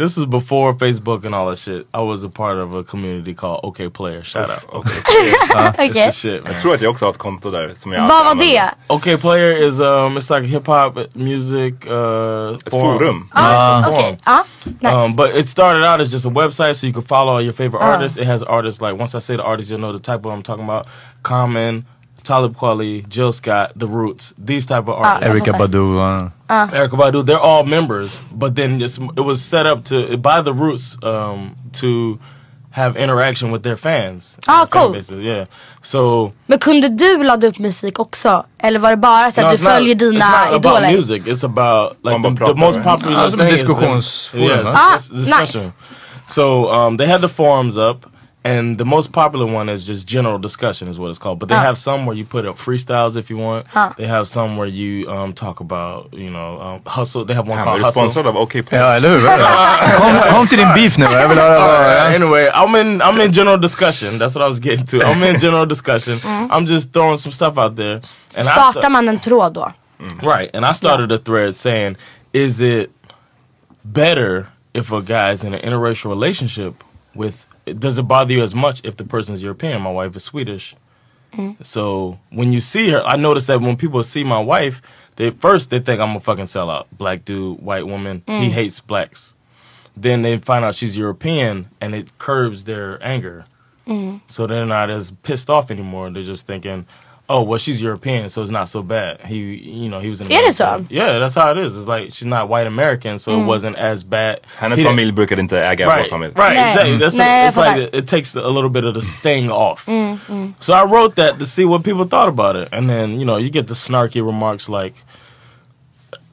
C: this is before Facebook and all that shit. I was a part of a community called OK Player. Shout out. <laughs> OK Player. It's the
E: Okej.
C: shit, man.
B: Jag tror att jag också har ett konto där som jag
E: Vad var
B: alltid
E: det?
B: använder.
C: Okay Player is um it's like hip hop music uh Ett
B: forum.
E: Ah, Okej, ja. Nice.
C: Um, but it started out as just a website, so you could follow all your favorite
E: Ah.
C: artists. It has artists like once I say the artists, you'll know the type of I'm talking about: Common, Talib Kweli, Jill Scott, The Roots, these type of
E: Ah,
C: artists.
D: Erika Badu. ah.
E: Uh.
C: Erica Badu, they're all members, but then it's, it was set up to by the roots um, to have interaction with their fans. and
E: Ah,
C: their fan
E: cool.
C: bases, Yeah. So
E: Men kunde du ladda upp musik också? Eller var det bara så att
C: No,
E: du
C: it's not-
E: följer
C: It's
E: dina
C: not about
E: idoler?
C: music. It's about like the,
B: Bomba
C: the
B: Prata,
C: most
B: right?
C: popular
D: Ah, some
C: thing. is
D: discussions
C: the-
D: forum,
C: Yes,
D: huh?
C: it's discussion.
E: Ah, nice.
C: So um, they had the forums up, and the most popular one is just general discussion, is what it's called. But they
E: Ah.
C: have some where you put up freestyles if you want.
E: Ah.
C: They have some where you um, talk about you know um, hustle. They have one
B: Damn,
C: called
B: är du
C: hustle.
B: sponsrad av OK
D: Ja,
C: <laughs>
D: eller hur? kom, kom till din beef nu, jag vill höra. vad-
C: Uh, anyway, I'm in I'm in general discussion. That's what I was getting to. I'm in general discussion.
E: Mm.
C: I'm just throwing some stuff out there. And I sta-
E: Startar man en tråd då?
C: Right. And I started a thread saying, is it better if a guy's in an interracial relationship with, does it bother you as much if the person's European? My wife is Swedish.
E: Mm,
C: So when you see her, I noticed that when people see my wife, they first they think I'm a fucking sellout. Black dude, white woman, he hates blacks. Then they find out she's European and it curbs their anger.
E: mm.
C: So they're not as pissed off anymore. They're just thinking, oh, well, she's European, so it's not so bad. He, you know, he was in.
E: It is,
C: America.
E: though.
C: Yeah, that's how it is. It's like she's not white American, so it wasn't as bad.
B: Hennes
C: He didn't-
B: familj brukade inte äga vår
C: Right,
B: familj.
C: right,
E: Nej.
C: exactly. That's
E: Nej,
C: it. It's
E: jag
C: like
E: fattar.
C: it, takes a little bit of the sting off. So I wrote that to see what people thought about it, and then you know you get the snarky remarks like,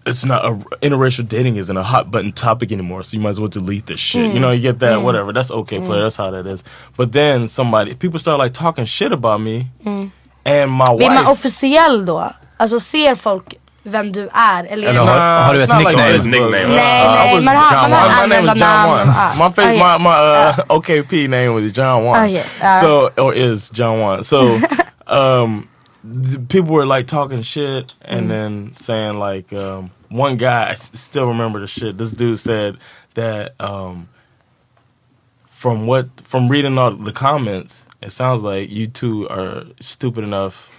C: "It's not a interracial dating isn't a hot button topic anymore, so you might as well delete this shit." You know, you get that whatever. That's okay, player. That's how that is. But then somebody people start like talking shit about me and my
E: Mm. Blir man
C: wife.
E: officiell då? Alltså ser folk vem du är? Eller är det
D: Eller har,
E: någon-
D: har du
C: it's
D: ett
C: not
D: nickname?
C: Like Facebook.
B: Nickname.
E: Nej,
C: I
E: nej,
C: was
E: man har,
C: John
E: man har
C: Wan. My name
E: använda
C: is John
E: namn.
C: Wan.
E: Ah,
C: My face,
E: ah,
C: my
E: ja.
C: my uh, OKP name was John Wan.
E: Oh, yeah. Uh.
C: So or is John
E: <laughs>
C: Wan. So um th- people were like talking shit
E: Mm.
C: and then saying like um one guy I s- still remember the shit. This dude said that um from what from reading all the comments, it sounds like you two are stupid enough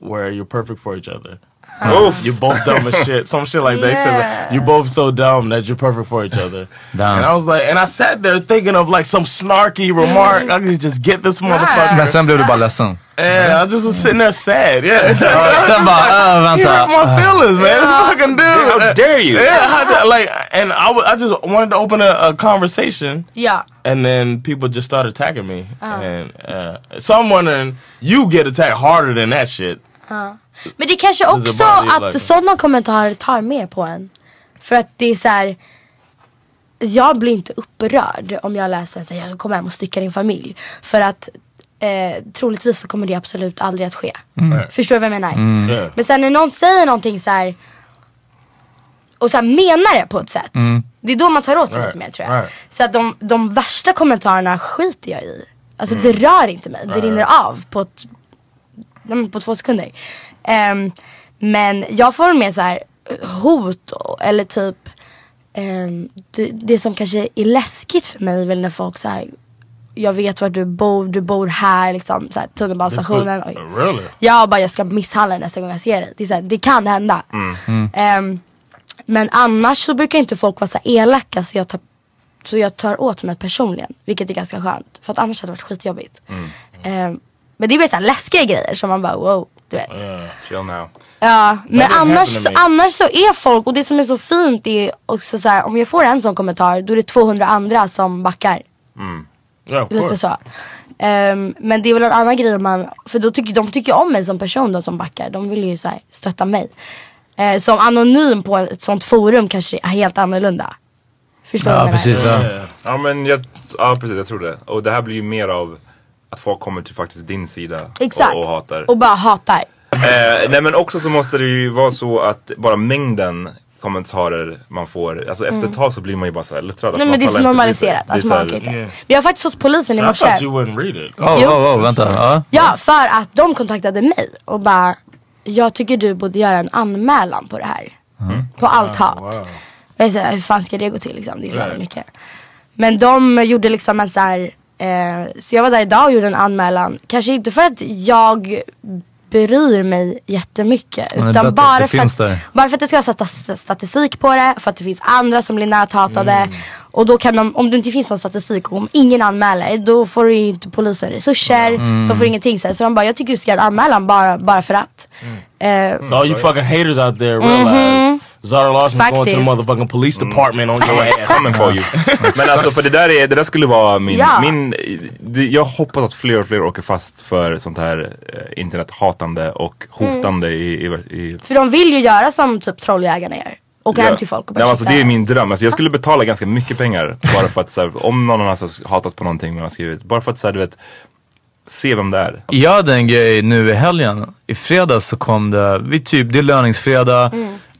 C: where you're perfect for each other.
B: Oof.
C: You're both dumb
E: <laughs>
C: as shit. Some shit like that. He said, like, you're both so dumb that you're perfect for each
B: <laughs>
C: other.
D: Damn.
C: And I was like, and I sat there thinking of like some snarky remark. I could just get this motherfucker.
D: Men sen blev du bara ledsen.
C: And I just was sitting there sad.
B: <laughs> Oh,
C: Yeah.
D: Ja, Sen bara, äh,
C: He hurt
D: vänta.
C: my feelings, man. This fucking dude.
B: uh, How dare you?
C: Yeah, how da- like, and I wa- I just wanted to open a, a conversation.
E: Ja.
C: And then people just started attacking me. And uh, so I'm wondering, you get attacked harder than that shit.
E: Men det kanske
C: There's a
E: också
C: body of
E: att
C: like-
E: sådana kommentarer tar mer på en. För att det är så här. Jag blir inte upprörd om jag läser att jag ska komma hem och stycka din familj. För att eh, troligtvis så kommer det absolut aldrig att ske.
I: Mm.
E: Förstår du vad jag menar?
I: Mm. Yeah.
E: Men sen när någon säger någonting så här. Och så här menar det på ett sätt.
D: Mm.
E: Det är då man tar åt sig
I: Right,
E: lite mer tror jag.
I: right.
E: Så att de, de värsta kommentarerna skiter jag i. Alltså
I: Mm.
E: det rör inte mig. Det
I: Right,
E: rinner
I: right.
E: av på, ett, ja, men på två sekunder. Ehm, men jag får mer så här eh, hot och- eller typ ehm, det, det som kanske är läskigt för mig är väl när folk så här jag vet var du bor, du bor här liksom. Så här, tunnelbanestationen. Oj.
C: Really?
E: Jag bara jag ska misshandla dig nästa gång jag ser dig. Det, är så här, det kan hända.
B: Mm-hmm.
E: Ehm, men annars så brukar inte folk vara så här elaka så jag, tar, så jag tar åt mig personligen. Vilket är ganska skönt. För att annars hade det varit skitjobbigt.
B: Mm.
E: Ehm, men det är mer så här läskiga grejer som man bara wow. Du vet.
B: Chill now.
E: Ja, men
B: didn't
E: annars,
B: happen to
E: så-
B: me.
E: annars så är folk, och det som är så fint är också så här, om jag får en sån kommentar då är det 200 andra som backar.
B: Mm.
E: Lite så. Ehm, men det är väl en annan grej om man, för då tycker, de tycker ju om mig som person de som backar. De vill ju så här, stötta mig. Eh, som anonym på ett sånt forum kanske är helt annorlunda. Förstår du vad jag menar?
B: Mm. Ja, men jag, ja, precis. Jag tror det. Och det här blir ju mer av att folk kommer till faktiskt din sida
E: Exakt.
B: Och, och hatar.
E: Och bara hatar.
B: Eh, nej men också så måste det ju vara så att bara mängden kommentarer man får, alltså efter
E: Mm.
B: ett tag så blir man ju bara såhär luttrad. Alltså,
E: Nej
B: man
E: men det är så
B: pallar inte bry sig.
E: normaliserat.
B: Det är
E: Alltså,
B: så
E: man
B: här-
E: orkar inte. Vi var faktiskt hos polisen i
C: I
E: morse.
C: thought you wouldn't read it.
D: Oh, oh, oh, vänta. Ja.
E: Ja, för att de kontaktade mig och bara, jag tycker du borde göra en anmälan på det här.
C: Hmm?
E: På allt hat. Och jag säger, Eh, hur fan ska det gå till liksom? Det är så jävla
I: Right.
E: mycket. Men de gjorde liksom en så här, eh, så jag var där idag och gjorde en anmälan. Kanske inte för att jag bryr mig jättemycket.
D: Men det är
E: Utan
D: bättre att
E: bara,
D: det
E: för
D: finns
E: att,
D: där.
E: bara för att det ska sätta st- statistik på det. För att det finns andra som blir näthatade.
D: Mm.
E: Och då kan de, om det inte finns någon statistik och om ingen anmäler. Då får ju inte polisen resurser.
C: Mm.
E: De får ingenting. Så, här. så de bara, jag tycker du ska göra en anmälan bara, bara för att. Eh,
C: So all you fucking haters out there realize
E: Mhm.
C: Zara Larson's going to the
E: Factist.
C: motherfucking police department on
B: <laughs>
C: your ass.
B: Mm. Coming for you. <laughs> Men alltså för det där, är, det där skulle vara min,
C: Ja.
B: min det, jag hoppas att fler och fler åker fast för sånt här eh, internethatande och
E: Mm.
B: hotande i, i, i
E: för de vill ju göra som typ trolljägarna gör. Åka hem
B: Ja.
E: till folk och
B: Nej,
E: bara
B: alltså,
E: titta.
B: Det är min dröm. Alltså, jag skulle betala ganska mycket pengar bara för att så här, om någon annan har hatat på någonting man har skrivit. Bara för att så här, du vet, se vem det är.
D: Jag hade en grej nu i helgen. I fredags så kom det, vi typ, det är löningsfredag.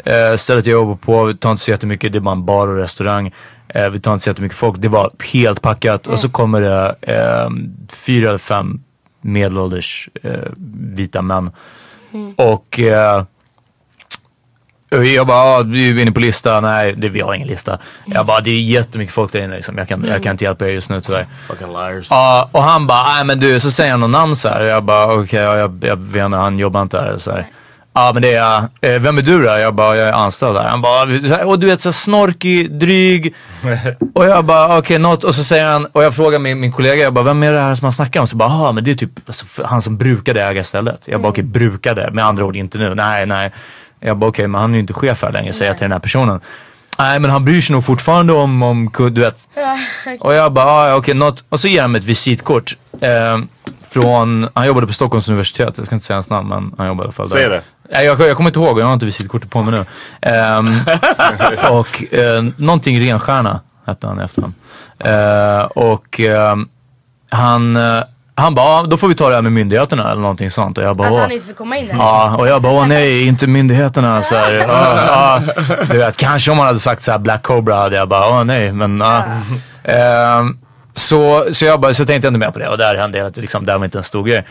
D: Eh, stället jag jobbar på, vi tar inte så jättemycket, det är bara en bar och restaurang. Eh, vi tar inte så jättemycket folk. Det var helt packat och så kommer det eh, fyra eller fem medelålders eh, vita män.
E: Mm.
D: Och eh, jag bara, ah, du är inne på lista. Nej, det, vi har ingen lista. Jag bara, det är jättemycket folk där inne liksom. Jag kan, jag kan inte hjälpa er just nu tyvärr.
C: Fucking liars.
D: Ja, och han bara, nej men du, så säger han något namn så här. Och jag bara, okej, ja, jag, jag vet inte, han jobbar inte här. Så här. Ja men det är jag. Eh, vem är du då? Jag bara, jag är anställd där. Han bara, så här, och du vet så här snorkig, dryg. Och jag bara, okej något. Och så säger han, och jag frågar min, min kollega, jag bara, vem är det här som han snackar om? Så bara, ja men det är typ alltså, f- han som brukade äga stället. Jag bara, okej brukade, med andra ord inte nu. Nej, nej. Jag bara, okej men han är ju inte chef här längre, säger jag till den här personen. Nej men han bryr sig nog fortfarande om, om kund- du vet. Och jag bara, ah, ja, okej, något. Och så ger han mig ett visitkort. Eh, från, han jobbade på Stockholms universitet, jag ska inte säga hans namn men han jobbade i alla fall
B: Säg
D: där.
B: det.
D: Nej, jag, jag kommer inte ihåg, jag har inte visitkortet på mig nu.
B: <laughs>
D: Ehm, och eh, någonting Renstjärna hette han i efternamn. Eh, och ehm, han, eh, han bara, ah, då får vi ta det här med myndigheterna eller någonting sånt. Och jag bara,
E: Att
D: åh.
E: han inte får komma in där.
D: Ja, och jag bara, åh nej, inte myndigheterna.
E: <laughs>
D: Så här, ja, ja. Du vet, kanske om man hade sagt så här Black Cobra hade jag bara, åh nej, men ja. Ehm, så, så jag bara, så tänkte jag inte mer på det och där hände det, liksom, där var inte en stor grej.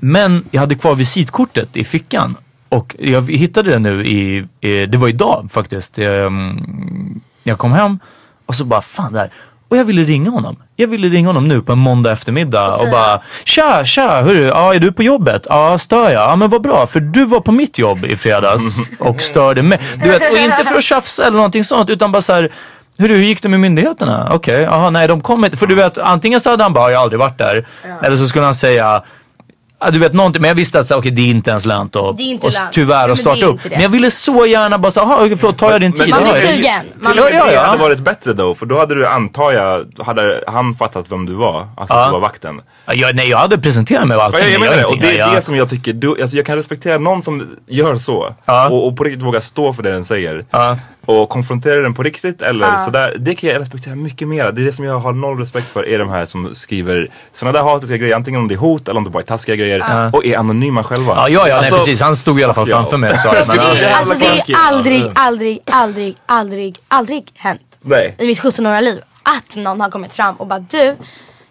D: Men jag hade kvar visitkortet i fickan och jag hittade det nu i, i det var idag faktiskt. Ehm, jag kom hem och så bara, fan där. Och jag ville ringa honom. Jag ville ringa honom nu på en måndag eftermiddag och bara Tja, tja, hörru, ja, är du på jobbet? Ja, stör jag? Ja, men vad bra, för du var på mitt jobb i fredags och störde mig. Du vet, och inte
E: <laughs>
D: för att tjafsa eller någonting sånt, utan bara så här Hur, hur gick det med myndigheterna? Okej, jaha, nej, de kom inte. För du vet, antingen så hade han bara, jag har aldrig varit där. Eller så skulle han säga, ja, du vet någonting, men jag visste att så, här, okej, det är inte ens lönt att,
E: Det är inte
D: och,
E: lönt. Nej,
D: tyvärr
E: men
D: att starta
E: det är
D: upp.
E: inte det.
D: Men jag ville så gärna bara säga, jaha, okej, förlåt, tar jag din tid?
B: Men-
D: Ja, ja.
B: Till och med
D: Ja, ja,
B: det hade
D: ja.
B: varit bättre då, för då hade du antar jag, hade han fattat vem du var, alltså
D: Ja.
B: att du var vakten.
D: Ja, jag, nej, jag hade presenterat mig och allting.
B: Ja, jag
D: men
B: menar det,
D: gör
B: och det
D: ingenting.
B: är
D: Ja,
B: det som jag tycker, du, alltså jag kan respektera någon som gör så och, och på riktigt vågar stå för det den säger. och konfronterar den på riktigt eller
F: Ja.
B: sådär. Det kan jag respektera mycket mer. Det är det som jag har noll respekt för är de här som skriver sådana där hatiska grejer. Antingen om det är hot eller om det bara är taskiga grejer.
D: Ja.
B: Och är anonyma själva. Alltså-
D: Ja, ja, ja nej, precis. Han stod i alla fall
B: fuck you.
D: framför mig och sa det.
B: Men-
D: men-
E: Alltså det är aldrig, aldrig, aldrig, aldrig, aldrig hänt
B: Nej.
E: i mitt 17-åriga liv att någon har kommit fram och bara du,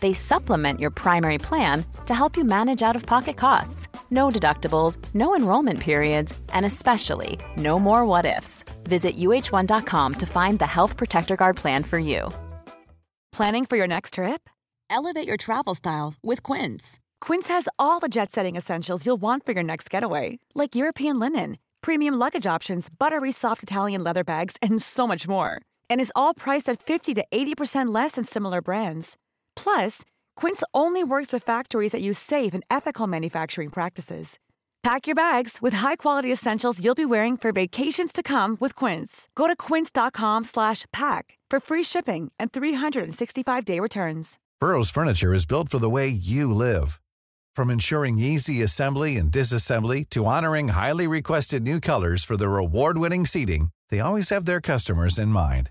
H: They supplement your primary plan to help you manage out of pocket costs. No deductibles, no enrollment periods, and especially no more what ifs. Visit uh1.com to find the Health Protector Guard plan for you.
A: Planning for your next trip? Elevate your travel style with Quince. Quince has all the jet setting essentials you'll want for your next getaway, like European linen, premium luggage options, buttery soft Italian leather bags, and so much more. And is all priced at 50 to 80% less than similar brands. Plus, Quince only works with factories that use safe and ethical manufacturing practices. Pack your bags with high-quality essentials you'll be wearing for vacations to come with Quince. Go to quince.com/pack for free shipping and 365-day returns.
K: Burrow's furniture is built for the way you live. From ensuring easy assembly and disassembly to honoring highly requested new colors for their award-winning seating, they always have their customers in mind.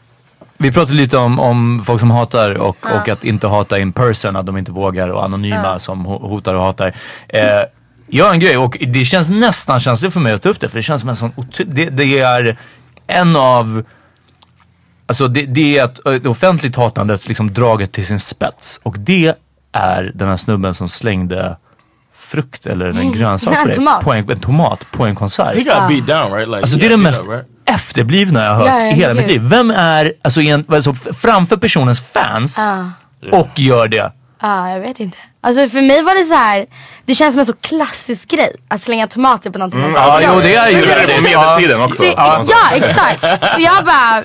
D: vi pratade lite om, om folk som hatar och,
L: Ja.
D: och att inte hata in person, att de inte vågar och anonyma
L: Ja.
D: som ho- hotar och hatar. Eh, jag har en grej och det känns nästan känsligt för mig att ta upp det för det känns som en sån otro- det, det är en av Alltså det, det är att eh, offentligt hatandet liksom draget till sin spets och det är den här snubben som slängde frukt eller
L: <laughs>
D: en grönsak på dig,
L: Mm. Tomat.
D: på en, en tomat på en konsert.
C: He got beat down, right? Like
D: Alltså
C: he
D: det är
C: got
D: den
C: beat
D: mest
C: up, right?
D: efterblivna jag har hört
C: Ja, ja,
D: i hela mitt liv.
C: herregud.
D: Vem är, alltså, i en, alltså f- framför personens fans
E: Ja.
D: och gör det.
E: Ja, jag vet inte. Alltså för mig var det så här. det känns som en så klassisk grej att slänga tomater på någonting.
D: Mm, ja, jo, det är ju
B: det.
D: väldigt-
B: På medeltiden också.
E: Det, ja. exakt. Så jag bara,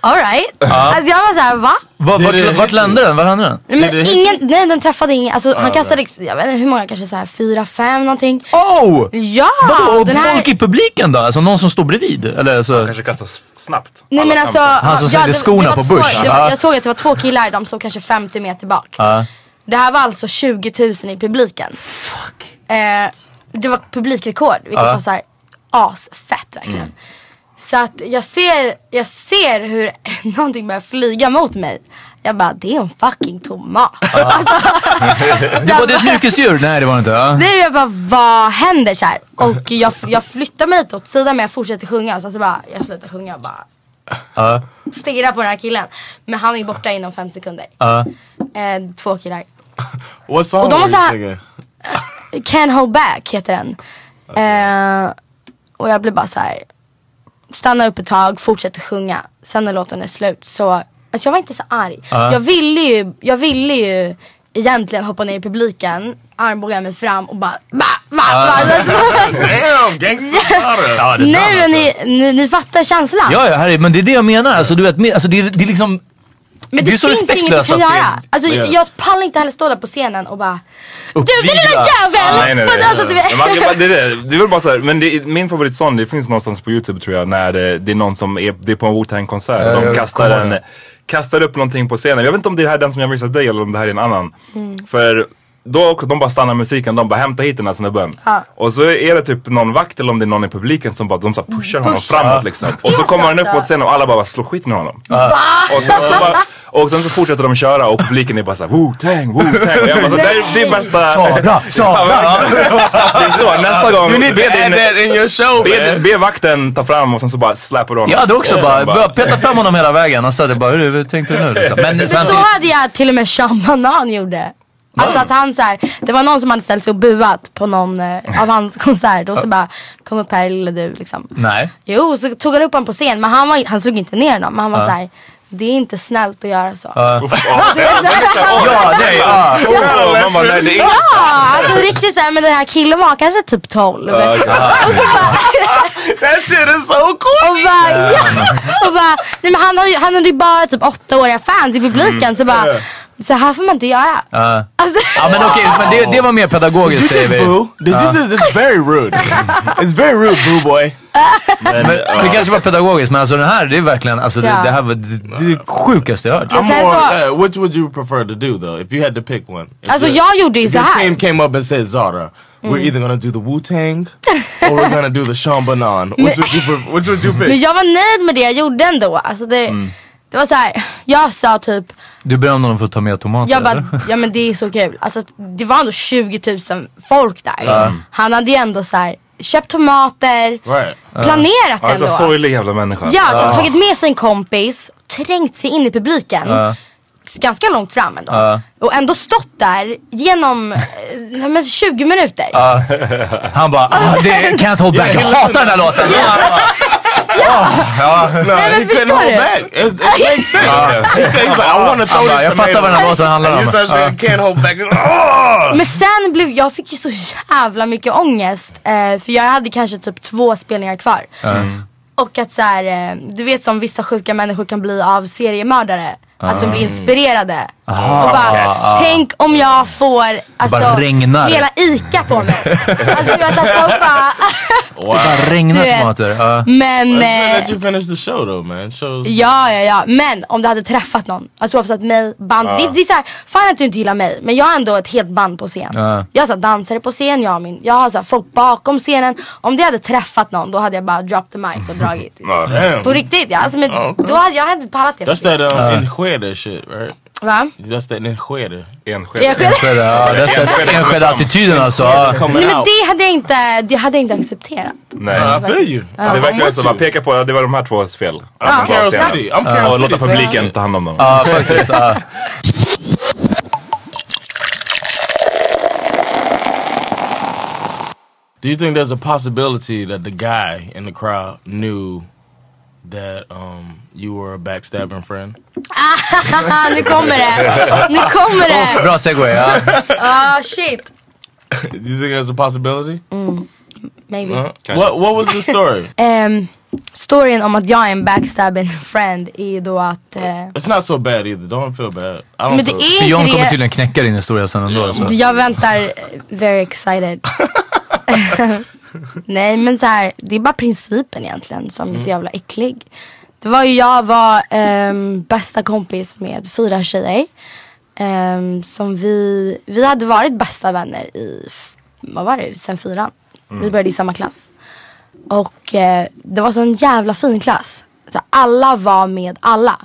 E: alright.
D: Ja.
E: Alltså jag var så här, va?
D: Vart, vart, vart landade den? Vart landade den?
E: Nej, Men ingen, nej den träffade ingen, alltså
D: Ah, Ja,
E: han
D: bra.
E: kastade, jag vet inte hur många, kanske så här fyra, fem någonting.
D: Oh!
E: Ja!
D: Vadå, och
E: den här-
D: folk i publiken då? Alltså någon som står bredvid? Eller så... Han kanske kastas snabbt.
E: Nej men alltså,
D: Han som
E: ja,
D: slängde
E: det-
D: skorna
E: det
D: på
E: var
D: Bush.
E: Två, det var, jag såg att det var två killar, de stod kanske 50 meter bak.
D: Ja.
E: Det här var alltså 20 000 i publiken. Fuck. Eh, det var publikrekord, vilket
I: Ja.
E: var så här asfett verkligen.
D: Mm.
E: Så att jag ser, jag ser hur <laughs> någonting börjar flyga mot mig. Jag bara, det är en fucking tomat.
D: det var det ett mjukisdjur? Nej det var det inte. Ja.
E: Nej jag bara, vad händer så här? Och jag, jag flyttar mig lite åt sidan men jag fortsätter sjunga. Så alltså bara, jag slutar sjunga och bara
D: Ja.
E: stirrar på den här killen. Men han är borta inom fem sekunder.
B: Uh,
D: Ja.
E: Eh, två killar.
C: Uh, What song
E: Och de
C: were
E: måste
C: you
E: ha-
C: singing?
E: Can't hold back heter den. Eh, och jag blev bara så här. Stanna upp ett tag, fortsätter sjunga. Sen när låten är slut så, alltså jag var inte så arg.
I: Ja.
D: Ah.
E: Jag ville ju, jag ville ju egentligen hoppa ner i publiken, armbåga mig fram och bara ba, ba, ba.
C: Uh, <laughs>
E: Alltså,
I: Damn,
B: <laughs> Uh,
D: Ja, det är
E: Nej
D: den,
E: men ni, ni, ni fattar känslan.
D: Ja, ja, herri, men det är det jag menar. Alltså, du vet, me- alltså, det, är, det är liksom...
E: Men
D: det
E: det,
D: är så
E: finns inget du
D: respektlöst
E: kan
D: att det-
E: göra. Alltså,
D: Yes.
E: Jag pallar inte heller stå där på scenen och bara Du din
B: Uppvigla.
E: lilla jävel!
B: Nej, nej, nej.
E: Men alltså, du vet-
B: Men man- det, det, det, det är väl bara så här, men det, min favoritsång, det finns någonstans på youtube tror jag, när det, det är någon som är, det är på en wu konsert
L: Ja,
B: och de
L: jag
B: kastar,
L: kommer
B: en,
L: ihåg.
B: Mm. kastar upp någonting på scenen. Jag vet inte om det här är den som jag visat dig eller om det här är en annan. För då också, de bara stannar musiken, de bara hämta hit den här snubben.
E: Ja.
B: Och så är det typ någon vakt eller om det är någon i publiken som bara de så här pushar honom
E: Pushar.
B: framåt liksom. Och så kommer han upp på scenen och alla bara slår skiten ur honom. Och sen, så bara, och sen så fortsätter de köra och publiken är bara såhär Wu-Tang, Wu-Tang. Och jag bara så, det är det är bästa...
D: Sara, Sara.
B: Ja, verkligen. det är så, nästa gång.
D: You need to add that in your show,
B: be,
D: man.
B: be vakten ta fram och sen så bara släpper du honom.
D: Jag hade också
B: Och
D: bara,
B: sen
D: bara petat fram honom hela vägen. Han sa det bara, hur, hur tänkte
C: <laughs>
D: du nu? Liksom. Men
E: Men
D: samtidigt,
E: så hade jag till och med Shamanan gjorde. Alltså att han så här, det var någon som hade ställt sig och buat på någon eh, av hans konsert och så bara kom upp här lille du liksom.
D: nej.
E: Jo, så tog han upp honom på scen men han, var, han slog inte ner honom. Men han var
D: Ja.
E: så här, det är inte snällt att göra
C: Oh,
B: <laughs>
E: så.
D: Uh.
B: Ja, nej,
C: Uh,
B: ja. Oh, mamma, nej, det är
E: Ja,
B: inte
E: alltså riktigt såhär, men den här killen var kanske typ 12.
B: Ja,
C: <laughs>
B: okej.
E: Och så bara...
C: That shit is so
E: <laughs>
C: corny!
E: Och bara, ja. och bara nej men han hade, ju- han hade ju bara typ åttaåriga fans i publiken
D: Mm.
E: så bara, så här får man inte göra.
D: Ja.
E: Alltså,
D: Ja men okej, men det, det var mer pedagogiskt
C: Did you
D: säger
C: just
D: vi.
C: boo? Did
D: Ja.
C: you just, it's very rude. <laughs>
D: Mm.
C: It's very rude, boo boy.
D: Men, det kanske var pedagogiskt men alltså den här, det är verkligen, alltså
E: Ja.
D: det, det här var det, det är det sjukaste jag hört.
E: Jag säger så.
C: Uh, which would you prefer to do though, if you had to pick one? If
E: Alltså,
C: the-
E: jag gjorde ju
C: if
E: så
C: your
E: här.
C: team came up and said Zara, we're
E: Mm.
C: either gonna do the Wu-Tang or we're gonna do the Sean Banan. Which,
E: Men-
C: would you, pre- which would you
E: <laughs>
C: pick?
E: Men
C: <laughs>
E: jag var nöjd med det jag gjorde ändå. Alltså det,
D: Mm.
E: det var så här, jag sa typ,
D: Du ber om någon för att ta med tomater
E: jag bara,
D: eller?
E: ja men det är så kul. Alltså att det var ändå 20 000 folk där.
D: Ja.
E: Han hade ju ändå så här, köpt tomater,
B: Right.
E: Planerat
B: ja,
E: ändå.
B: Alltså sorglig jävla människa.
E: ja alltså, tagit med sig en kompis, trängt sig in i publiken.
B: Ja.
E: Ganska långt fram ändå.
D: Ja.
E: Och ändå stått där genom eh, nej, men 20 minuter.
D: Ja. Han bara, ah, det can't hold back, jag hatar den här låten. Ja.
C: No,
D: Nej,
C: he couldn't
D: men förstår
C: hold
D: du?
C: back. It, it makes
D: <laughs>
C: sense.
D: Ja.
C: He could- he's like, I wanna throw
D: Han bara,
C: this
D: Ah. "Jag fattar vad den här
C: tomato."
D: låten handlar om.
C: You start saying,
D: Ja.
C: can't hold back. Ah!
E: Men sen blev, jag fick ju så jävla mycket ångest. Eh, för jag hade kanske typ två spelningar kvar.
D: Uh, mm.
E: Och att så här, eh, du vet som vissa sjuka människor kan bli av seriemördare. Att de blir
D: Mm.
E: inspirerade.
D: Ah.
E: och bara,
D: Cats.
E: tänk om jag får alltså,
D: bara regnar.
E: hela ICA på
D: <laughs>
E: mig. alltså du vet att folk bara,
D: Det bara regnar
E: Du vet.
D: tomater. Ah. ja.
E: men
C: Let's
E: eh,
C: let you finish the show though man. Shows.
E: Ja, ja, ja. Men om du hade träffat någon. Alltså oavsett mig, band.
D: Ah.
C: Ja.
E: Det, det är såhär, fan att du inte gillar mig. Men jag har ändå ett helt band på scen.
D: Ah.
C: Ja.
E: Jag har så här dansare på scen, jag har, min, jag har så här folk bakom scenen. Om det hade träffat någon då hade jag bara drop the mic och dragit.
C: Damn.
E: på riktigt ja. Alltså, men
C: Ja, okej.
E: då hade, jag hade inte pallat det.
C: That's that um,
D: Uh.
C: Enskede shit right?
E: Va?
C: That's that Enskede.
B: Enskede.
D: Enskede, ja. That's that Enskede-attityden alltså. ja.
E: Nej men det hade jag inte, det hade jag inte accepterat. <laughs>
B: Nej.
E: Ja, I feel you.
B: Det
E: I'm
B: verkar
E: with
B: som att peka på att det var de här tvås fel. Att de var
C: Carol
B: sena.
C: City. I'm Carol
D: Ah,
B: Och låta
C: City, Ah,
B: publiken
C: så-
B: ta hand om dem.
D: Ja, faktiskt. <laughs> ja.
C: Do you think there's a possibility that the guy in the crowd knew that um, you were a backstabbing friend?
E: Ah, nu kommer det. Nu kommer det.
D: Bra segway. Ja.
E: Ah shit.
C: Do you think there's a possibility?
E: Mm. Maybe.
C: Huh? What What was the story?
E: Ehm, storyn om att jag är en backstabbing friend är ju då att eh,
C: It's not so bad either. Don't feel bad. I don't
E: Men det
C: feel
E: är
D: För
E: inte
D: John kommer
E: det.
D: tydligen knäcka din historia sen ändå.
C: alltså.
D: Så.
E: jag väntar eh, very excited. Nej men så här, det är bara principen egentligen som är så jävla äcklig. Det var ju jag var ehm, bästa kompis med fyra tjejer. ehm, som vi, vi hade varit bästa vänner i, f- vad var det, sen fyran. Vi började i samma klass. Och eh, det var sån jävla fin klass. Så alla var med alla.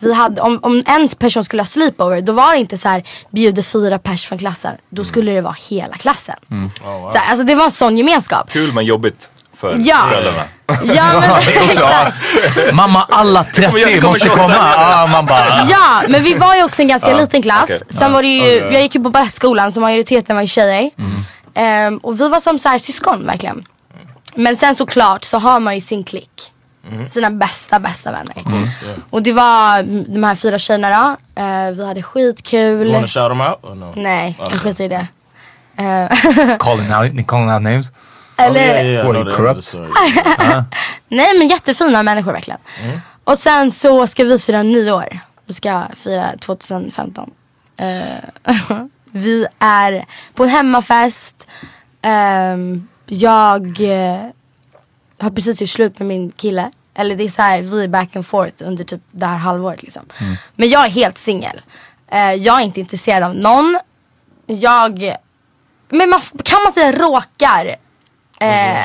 E: Vi hade, om, om en person skulle ha sleepover då var det inte så här bjuder fyra pers från klassen. Då
D: Mm.
E: skulle det vara hela klassen.
B: Mm.
E: Så här, alltså det var en sån gemenskap.
B: Kul men jobbigt för
E: Ja.
B: föräldrarna. <laughs>
E: Ja men,
D: Också, ja. Mamma, alla 30 måste komma. Ja, man bara...
E: ja, men vi var ju också en ganska
D: Ja,
E: liten klass.
D: okej.
E: Sen
D: Ja.
E: var det ju,
D: Okej. Mm.
E: jag gick ju på balettskolan så majoriteten var ju tjejer. Ehm, och vi var som så här syskon verkligen. Men sen såklart så har man ju sin klick.
D: Mm.
E: Sina bästa, bästa vänner. Och det var mm, de här fyra tjejerna då. Eh, vi hade
C: You
E: skitkul.
C: wanna shout
E: <laughs>
C: them out or no?
E: Nej,
C: Okej.
E: jag skiter i det. Eh, <laughs>
D: Calling out, calling out names. Uh-huh.
E: Eller- yeah, yeah,
D: Were
C: no,
D: you
C: they
D: corrupt? <laughs>
E: <laughs> Nej men jättefina människor verkligen.
D: Mm.
E: Och sen så ska vi fira nyår. Vi ska fira 2015. Eh, <laughs> vi är på en hemmafest. Ehm, jag eh, har precis gjort slut med min kille. Eller det är så här, vi är back and forth under typ det
D: Mm.
E: här halvåret liksom. Men jag är helt singel. Eh, jag är inte intresserad av någon. jag, men man, f- kan man säga råkar?
C: Mm.
E: Eh,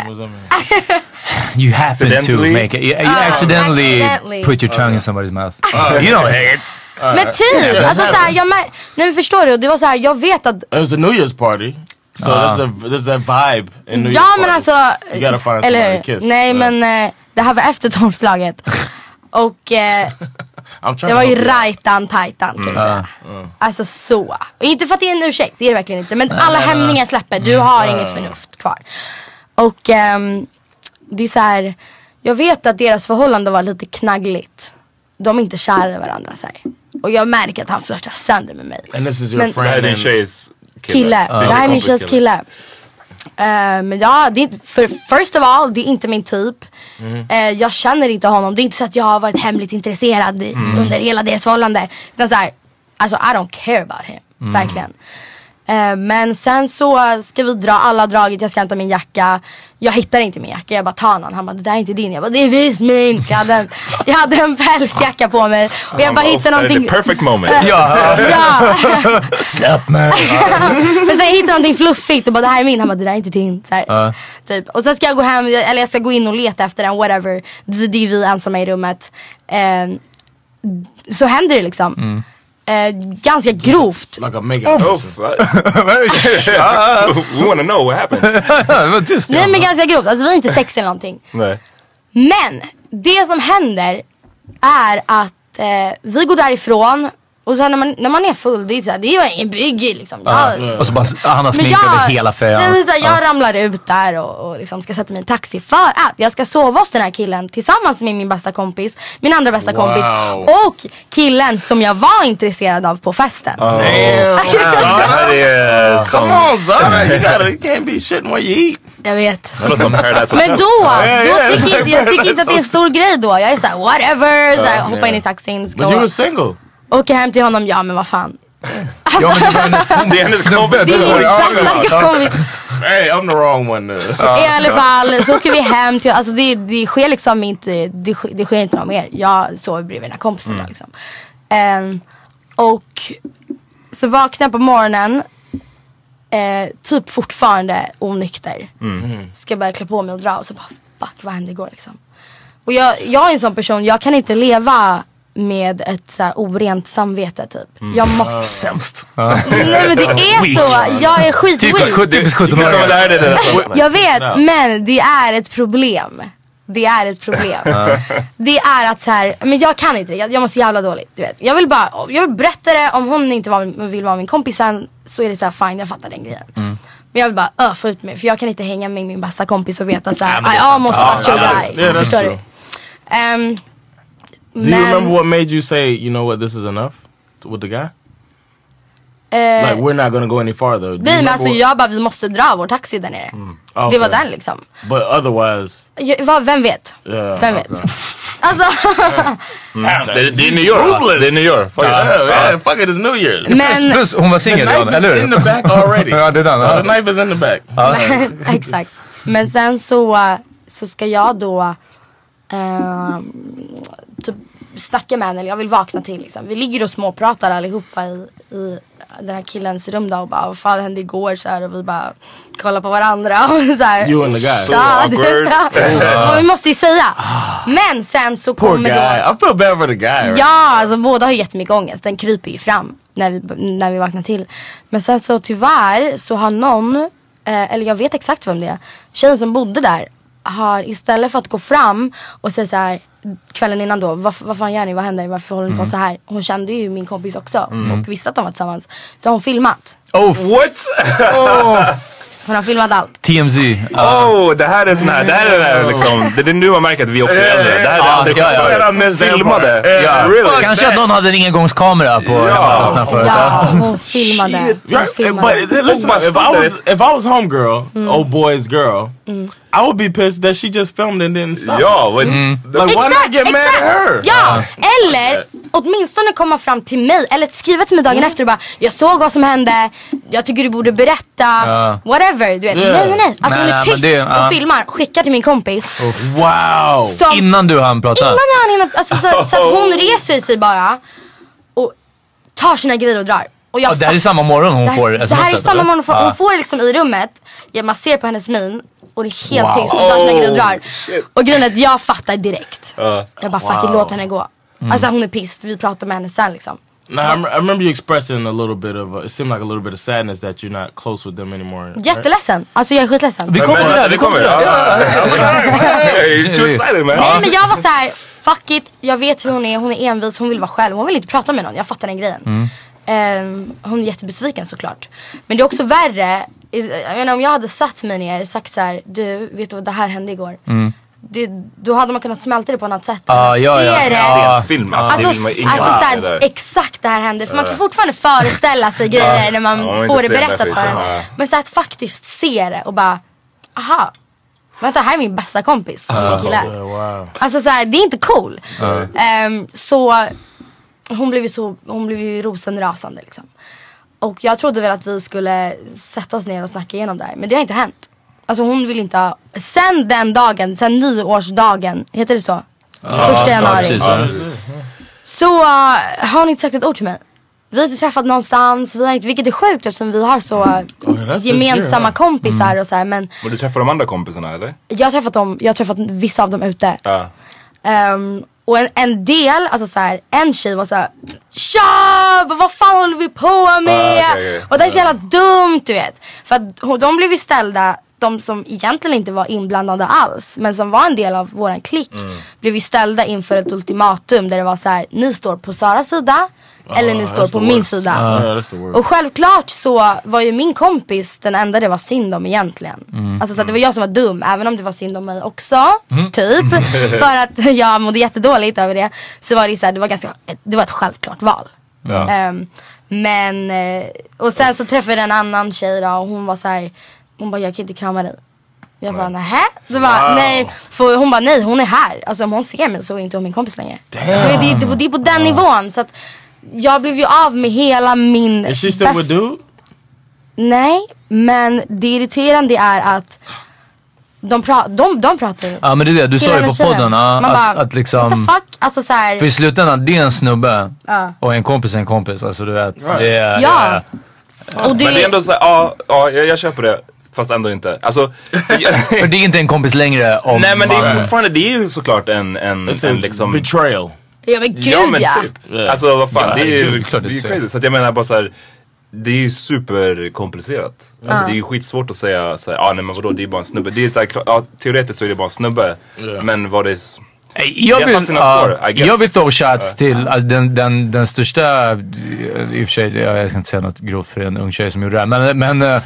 D: You happen to
L: Accidentally?
D: make it. You, you
E: Oh,
D: accidentally,
E: accidentally.
D: put your
E: Oh,
D: tongue in somebody's mouth.
C: Ah,
D: <laughs> you uh, don't hate it.
E: men typ, alltså såhär, jag mär- nej men förstår du? Och det var såhär, jag vet att
C: It was a New Year's party. So
D: Ah.
C: that's a that's that vibe in New Year's
E: Ja men
C: party.
E: alltså,
C: You gotta find
E: eller
C: somebody
E: hur?
C: to kiss.
E: Nej men eh, det här var efter
C: <laughs>
E: tolvslaget. Och eh,
C: I'm trying
E: det var
C: to
E: ju
C: help you.
E: rajtan tajtan kan jag säga.
C: Mm.
E: Alltså så. Och inte för att det är en ursäkt, det är det verkligen inte. Men
C: Nej,
E: alla
C: nej, nej.
E: hämningar släpper, du har
C: Mm.
E: inget förnuft kvar. Och ehm, det är så här, jag vet att deras förhållande var lite knaggligt. De är inte kära i varandra så här. Och jag märker att han flörtar sönder med mig.
C: And this is your
E: Men-
C: friend.
B: Det här är din
C: and-
B: tjejs
E: Kille. Det här är min tjejs kille. Eh, men ja, det är, inte- för, first of all, det är inte min typ. Eh, jag känner inte honom. Det är inte så att jag har varit hemligt intresserad i-
I: Mm.
E: under hela deras förhållande. Utan såhär, alltså I don't care about him.
I: Mm.
E: Verkligen. Eh, men sen så ska vi dra, alla har dragit, jag ska hämta min jacka. Jag hittar inte min jacka, jag bara tar någon. Han bara, det där är inte din. Jag bara, det är visst min. Jag hade, en- jag hade en pälsjacka på mig. Och jag bara hittar någonting.
B: Perfect moment.
I: Ja.
E: <laughs> Ja.
D: <laughs> Släpp mig.
E: <laughs> Men sen hittar jag någonting fluffigt och bara det här är min. Han bara det där är inte din. Så här.
D: Ja.
E: Typ. Och sen ska jag gå hem, eller jag ska gå in och leta efter den, whatever. Det det är vi ensamma i rummet. Eh, så händer det liksom.
C: Mm.
E: Eh, ganska grovt.
C: Like a mega.
B: Oof. Oh,
E: <laughs>
B: <laughs> We wanna know what happened.
D: det var tyst.
E: Nej <laughs> men ganska grovt, alltså vi är inte sex eller någonting.
B: Nej.
E: Men det som händer är att eh, vi går därifrån och sen när man, när man är full, det är så här, det var ingen bygge liksom.
D: Ja.
E: Jag-
D: Och så bara, han har
E: Men
D: smink över hela fejan.
E: Nej, men så här, jag
D: Ja.
E: ramlar ut där och, och liksom ska sätta mig i en taxi för att jag ska sova hos den här killen tillsammans med min bästa kompis, min andra bästa
I: Wow.
E: kompis och killen som jag var intresserad av på festen. <laughs>
B: Oh. Det här är eh, som...
C: Come on, Zara.
B: <laughs>
C: You gotta you can't be shitting what you eat.
E: Jag vet.
B: Det låter som Paradise Hotel.
E: Men
C: <laughs>
E: då, då tycker inte,
D: <laughs>
E: jag tycker inte att det är en
C: Hotel.
E: stor grej då. Jag är såhär whatever, så här,
C: Ja.
E: hoppar in i taxin,
C: But you
E: ska
C: were single.
E: åker hem till honom, ja men vad fan.
C: Det är hennes kompis.
E: Alltså- Det är min bästa kompis.
C: Hey, I'm the wrong one. uh. nu.
E: I alla fall så åker vi hem till, alltså det, det sker liksom inte, det, sk- det sker inte något mer. Jag sover bredvid den här kompisen då, liksom. Ehm, och så vaknar jag på morgonen, eh, typ fortfarande onykter.
I: Mm.
E: Ska börja klä på mig och dra och så bara fuck vad hände igår liksom. Och jag, jag är en sån person, jag kan inte leva med ett så här orent samvete typ. Jag måste.
D: Sämst. Ja.
E: Nej men det är
D: Weak.
E: så, jag är skitweak.
D: Typiskt sjut- typiskt
B: Du kan
D: 17-åringar.
B: väl lära dig det nästa
E: Jag vet, men det är ett problem. Det är ett problem.
D: Uh, <laughs>
E: det är att så här, men jag kan inte det. Jag, jag mår så jävla dåligt. Du vet. Jag vill bara, jag vill berätta det. Om hon inte var, min- vill vara min kompis sen så är det så här fine, jag fattar den grejen.
D: mm.
E: Men jag vill bara öh, få ut mig för jag kan inte hänga med min bästa kompis och veta så här, "Ah,
C: men det är
E: I
C: sant.
E: almost
C: Ah, Ja,
E: fucked your
C: ja,
E: guy.
C: ja, det är
E: Förstår du?
C: true.
E: Ehm,
C: Do you
E: men,
C: remember what made you say, you know what, this is enough? With the guy?
E: eh,
C: Like, we're not gonna go any farther. Do you
E: nej men
C: remember
E: alltså
C: what-
E: jag bara, vi måste dra vår taxi där nere.
C: Ah,
E: Det var
C: okay.
E: den liksom.
C: But otherwise,
E: Jag, vad, vem vet?
C: yeah. Mm.
E: Vem vet?
D: <laughs>
C: <laughs>
E: Alltså. <laughs>
B: Det, det är New York.
C: Ruthless.
B: Det är New York. Fuck it.
C: Yeah,
B: Ja.
C: yeah, fuck it, it's New Year's.
E: Men-
D: Plus Uh, hon var singel,
C: The knife
D: Johanna, eller hur?
C: is in the back already.
D: <laughs>
C: Oh,
D: Ja, det är den,
C: The
D: ja.
C: knife is in the back.
E: Men- <laughs> Exakt. Men sen så, eh, så ska jag då eh, typ snacka med henne, eller jag vill vakna till liksom. Vi ligger och småpratar allihopa i, i den här killens rum då och bara vad fan hände igår så här och vi bara kollar på varandra <laughs> och så här.
C: You and the guy. So
E: Ja, det-
C: awkward.
E: <laughs> Ja, men vi måste ju säga. Men sen så
C: Ah. Poor
E: kommer då
C: guy. I feel bad for the guy. right?
E: Ja, alltså båda har ju jättemycket ångest. Den kryper ju fram när vi, när vi vaknar till. Men sen så tyvärr så har någon, eh, eller jag vet exakt vem det är, tjejen som bodde där har istället för att gå fram och säga så här kvällen innan då, vad, vad fan gör ni, vad händer, varför håller ni på
I: Mm.
E: så här? Hon kände ju min kompis också
I: Mm.
E: och visste att de var tillsammans. Då har hon filmat.
D: Oh,
B: what?
D: Oh.
E: Hon har filmat allt.
D: TMZ.
B: Oh, det här är sån här, det här är det här liksom, det är nu man märker att vi också är äldre. eh, Det här är
D: Ja,
B: aldrig
D: ja, ja.
B: skett förut. Filmade.
D: Ja.
B: Really?
D: Kanske att någon hade en engångskamera på hemmafesten förut.
E: Ja, hon filmade. Hon
C: Right? Eh,
E: filmade.
C: But listen, if I was if I was homegirl,
E: Mm.
C: old boy's girl, I would be pissed that she just filmed and didn't stop.
B: Yeah, when-
C: like why not get mad at her?
E: Ja,
D: Ah.
E: eller åtminstone komma fram till mig eller skriva till mig
D: Mm.
E: dagen efter och bara jag såg vad som hände, jag tycker du borde berätta,
D: Ja.
E: whatever. Du vet,
D: Yeah.
E: nej nej nej. Alltså hon
D: Nej,
E: är
D: nej,
E: tyst
D: men det-
E: och
D: ja.
E: filmar, skickar till min kompis.
D: Wow!
E: Som-
D: Innan du hann prata? Oh.
E: Innan
D: <laughs>
E: han hinner, alltså så, så att hon reser sig bara och tar sina grejer och drar. Och jag
D: Ja, det här är
E: fatt-
D: samma morgon hon
E: det här,
D: får
E: Det här är
D: smset,
E: samma
D: eller?
E: morgon hon,
D: Ja.
E: hon får liksom i rummet, ja, man ser på hennes min och det är helt
D: Wow.
E: tyst. Hon tar sina grejer och
D: Oh,
E: drar. Och grejen är att jag fattar direkt.
L: Uh,
E: Jag bara fuck it, låt henne gå.
C: Mm.
E: Alltså hon är pissed, vi pratar med henne sen liksom.
C: Now, I, rem- I remember you expressing a little bit of, uh, it seemed like a little bit of sadness that you're not close with them anymore. right?
E: Jätteledsen, alltså jag är skitledsen.
C: Vi kommer till det här, Mm. vi kommer till det
B: här. You're too excited man.
E: Nej men jag var så här, fuck it, jag vet hur hon är, hon är envis, hon vill vara själv, hon vill inte prata med någon, jag fattar den grejen.
C: Mm.
D: Mm.
E: Ehm, hon är jättebesviken såklart. Men det är också värre, is- jag menar om jag hade satt mig ner och sagt så här, du vet du vad det här hände igår.
D: Mm.
E: Det, då hade man kunnat smälta det på något annat sätt.
D: Ah, ja,
E: Se
D: ja.
E: det.
D: Ja. Film, alltså,
E: alltså,
D: det
E: s-
D: vill man-
E: alltså
D: ingen-
E: så här,
D: det där.
E: exakt det här hände. För man kan
D: Ja.
E: fortfarande föreställa sig grejer
D: <laughs> Ja.
E: när man
D: Ja, man vill
E: får det
D: inte se den där
E: berättat för
D: skiten,
E: en.
D: ja.
E: Men så att faktiskt se det och bara, aha, vänta här är min bästa kompis. min kille.
C: Uh, wow. Uh,
E: Alltså så här, det är inte cool. Ehm, så hon blev ju så, hon blev ju rosenrasande liksom. Och jag trodde väl att vi skulle sätta oss ner och snacka igenom det här. Men det har inte hänt. Alltså hon vill inte ha, sen den dagen, sen nyårsdagen, heter det så? Första januari. Så uh, har hon inte sagt ett ord till mig. Vi har inte träffat någonstans, vi har inte, vilket är sjukt eftersom vi har så uh,
B: this year,
E: gemensamma
B: huh?
E: kompisar
B: Mm.
E: och så här, men
B: Men du träffar de andra kompisarna eller?
E: jag har träffat dem, jag har träffat vissa av dem ute.
B: Ja.
E: Ehm, och en, en del, alltså så här, en tjej var så här, Tja! Vad fan håller vi på med?
I: Ah, okej, okej.
E: Och det är så jävla dumt du vet. För att hon- de blev ju ställda, de som egentligen inte var inblandade alls, men som var en del av våran klick,
I: Mm.
D: Mm.
E: blev ju ställda inför ett ultimatum där det var så här: ni står på Saras sida, eller
I: Ah,
D: uh,
E: ni står på min sida. Och självklart så var ju min kompis den enda det var synd om egentligen.
I: Mm.
E: Alltså så att det var jag som var dum, även om det var synd om mig också.
I: Mm.
E: Typ.
C: <laughs>
E: För <laughs> att jag mådde jättedåligt över det. Så var det ju så här, det var ganska, det var ett självklart val.
I: Ja.
E: Ehm, men, eh, och sen så träffade jag en annan tjej då och hon var så här, hon bara jag kan inte krama dig. Jag bara nähä? Så bara,
I: Wow.
E: nej. För hon bara nej hon är här. Alltså om hon ser mig så är inte hon min kompis längre. Det, är- det, är- det, är på- det är på den nivån. Så att jag blev ju av med hela min
C: Is she still with
E: bästa-
C: dude?
E: Nej, men det irriterande är att de, pra- de, de pratar
C: Um,
E: ju.
D: Ja men det är det, du sa
E: Killarna
D: det på
E: och tjejerna.
D: podden. Ja,
E: Man
D: att,
E: bara,
D: att liksom,
E: what the fuck? Alltså så här,
D: för i slutändan, det är en snubbe
E: ja.
D: och en kompis är en kompis. Alltså du vet.
B: Right.
D: Det är,
E: Ja. Och det-
B: Men det är ändå såhär, ja, ja jag, jag köper det. Fast ändå inte. Alltså,
D: För det är inte en kompis längre om
B: nej men det
D: man-
B: är fortfarande, det är ju såklart en, en, en liksom...
C: Betrayal.
E: Ja men gud
B: ja
E: ja.
B: men typ. Alltså vad fan,
D: Ja,
B: det är
D: det är
B: ju
D: klart
B: det är
D: det
B: ju
D: ser.
B: crazy. Så att jag menar bara såhär, det är ju superkomplicerat. Alltså
D: Ja.
B: det är ju skitsvårt att säga såhär, ah, nej men vadå det är bara en snubbe. Det är såhär, klart- ja, teoretiskt så är det bara en snubbe. Men vad det är...
D: Jag
B: det har satt
D: vill,
B: sina
D: ja,
B: spår, I guess.
D: jag vill throw shots till alltså, den, den, den största, eh, i och för sig, ja, jag ska inte säga något grovt för en ung tjej som gjorde det här, men,
E: <laughs>
D: men eh,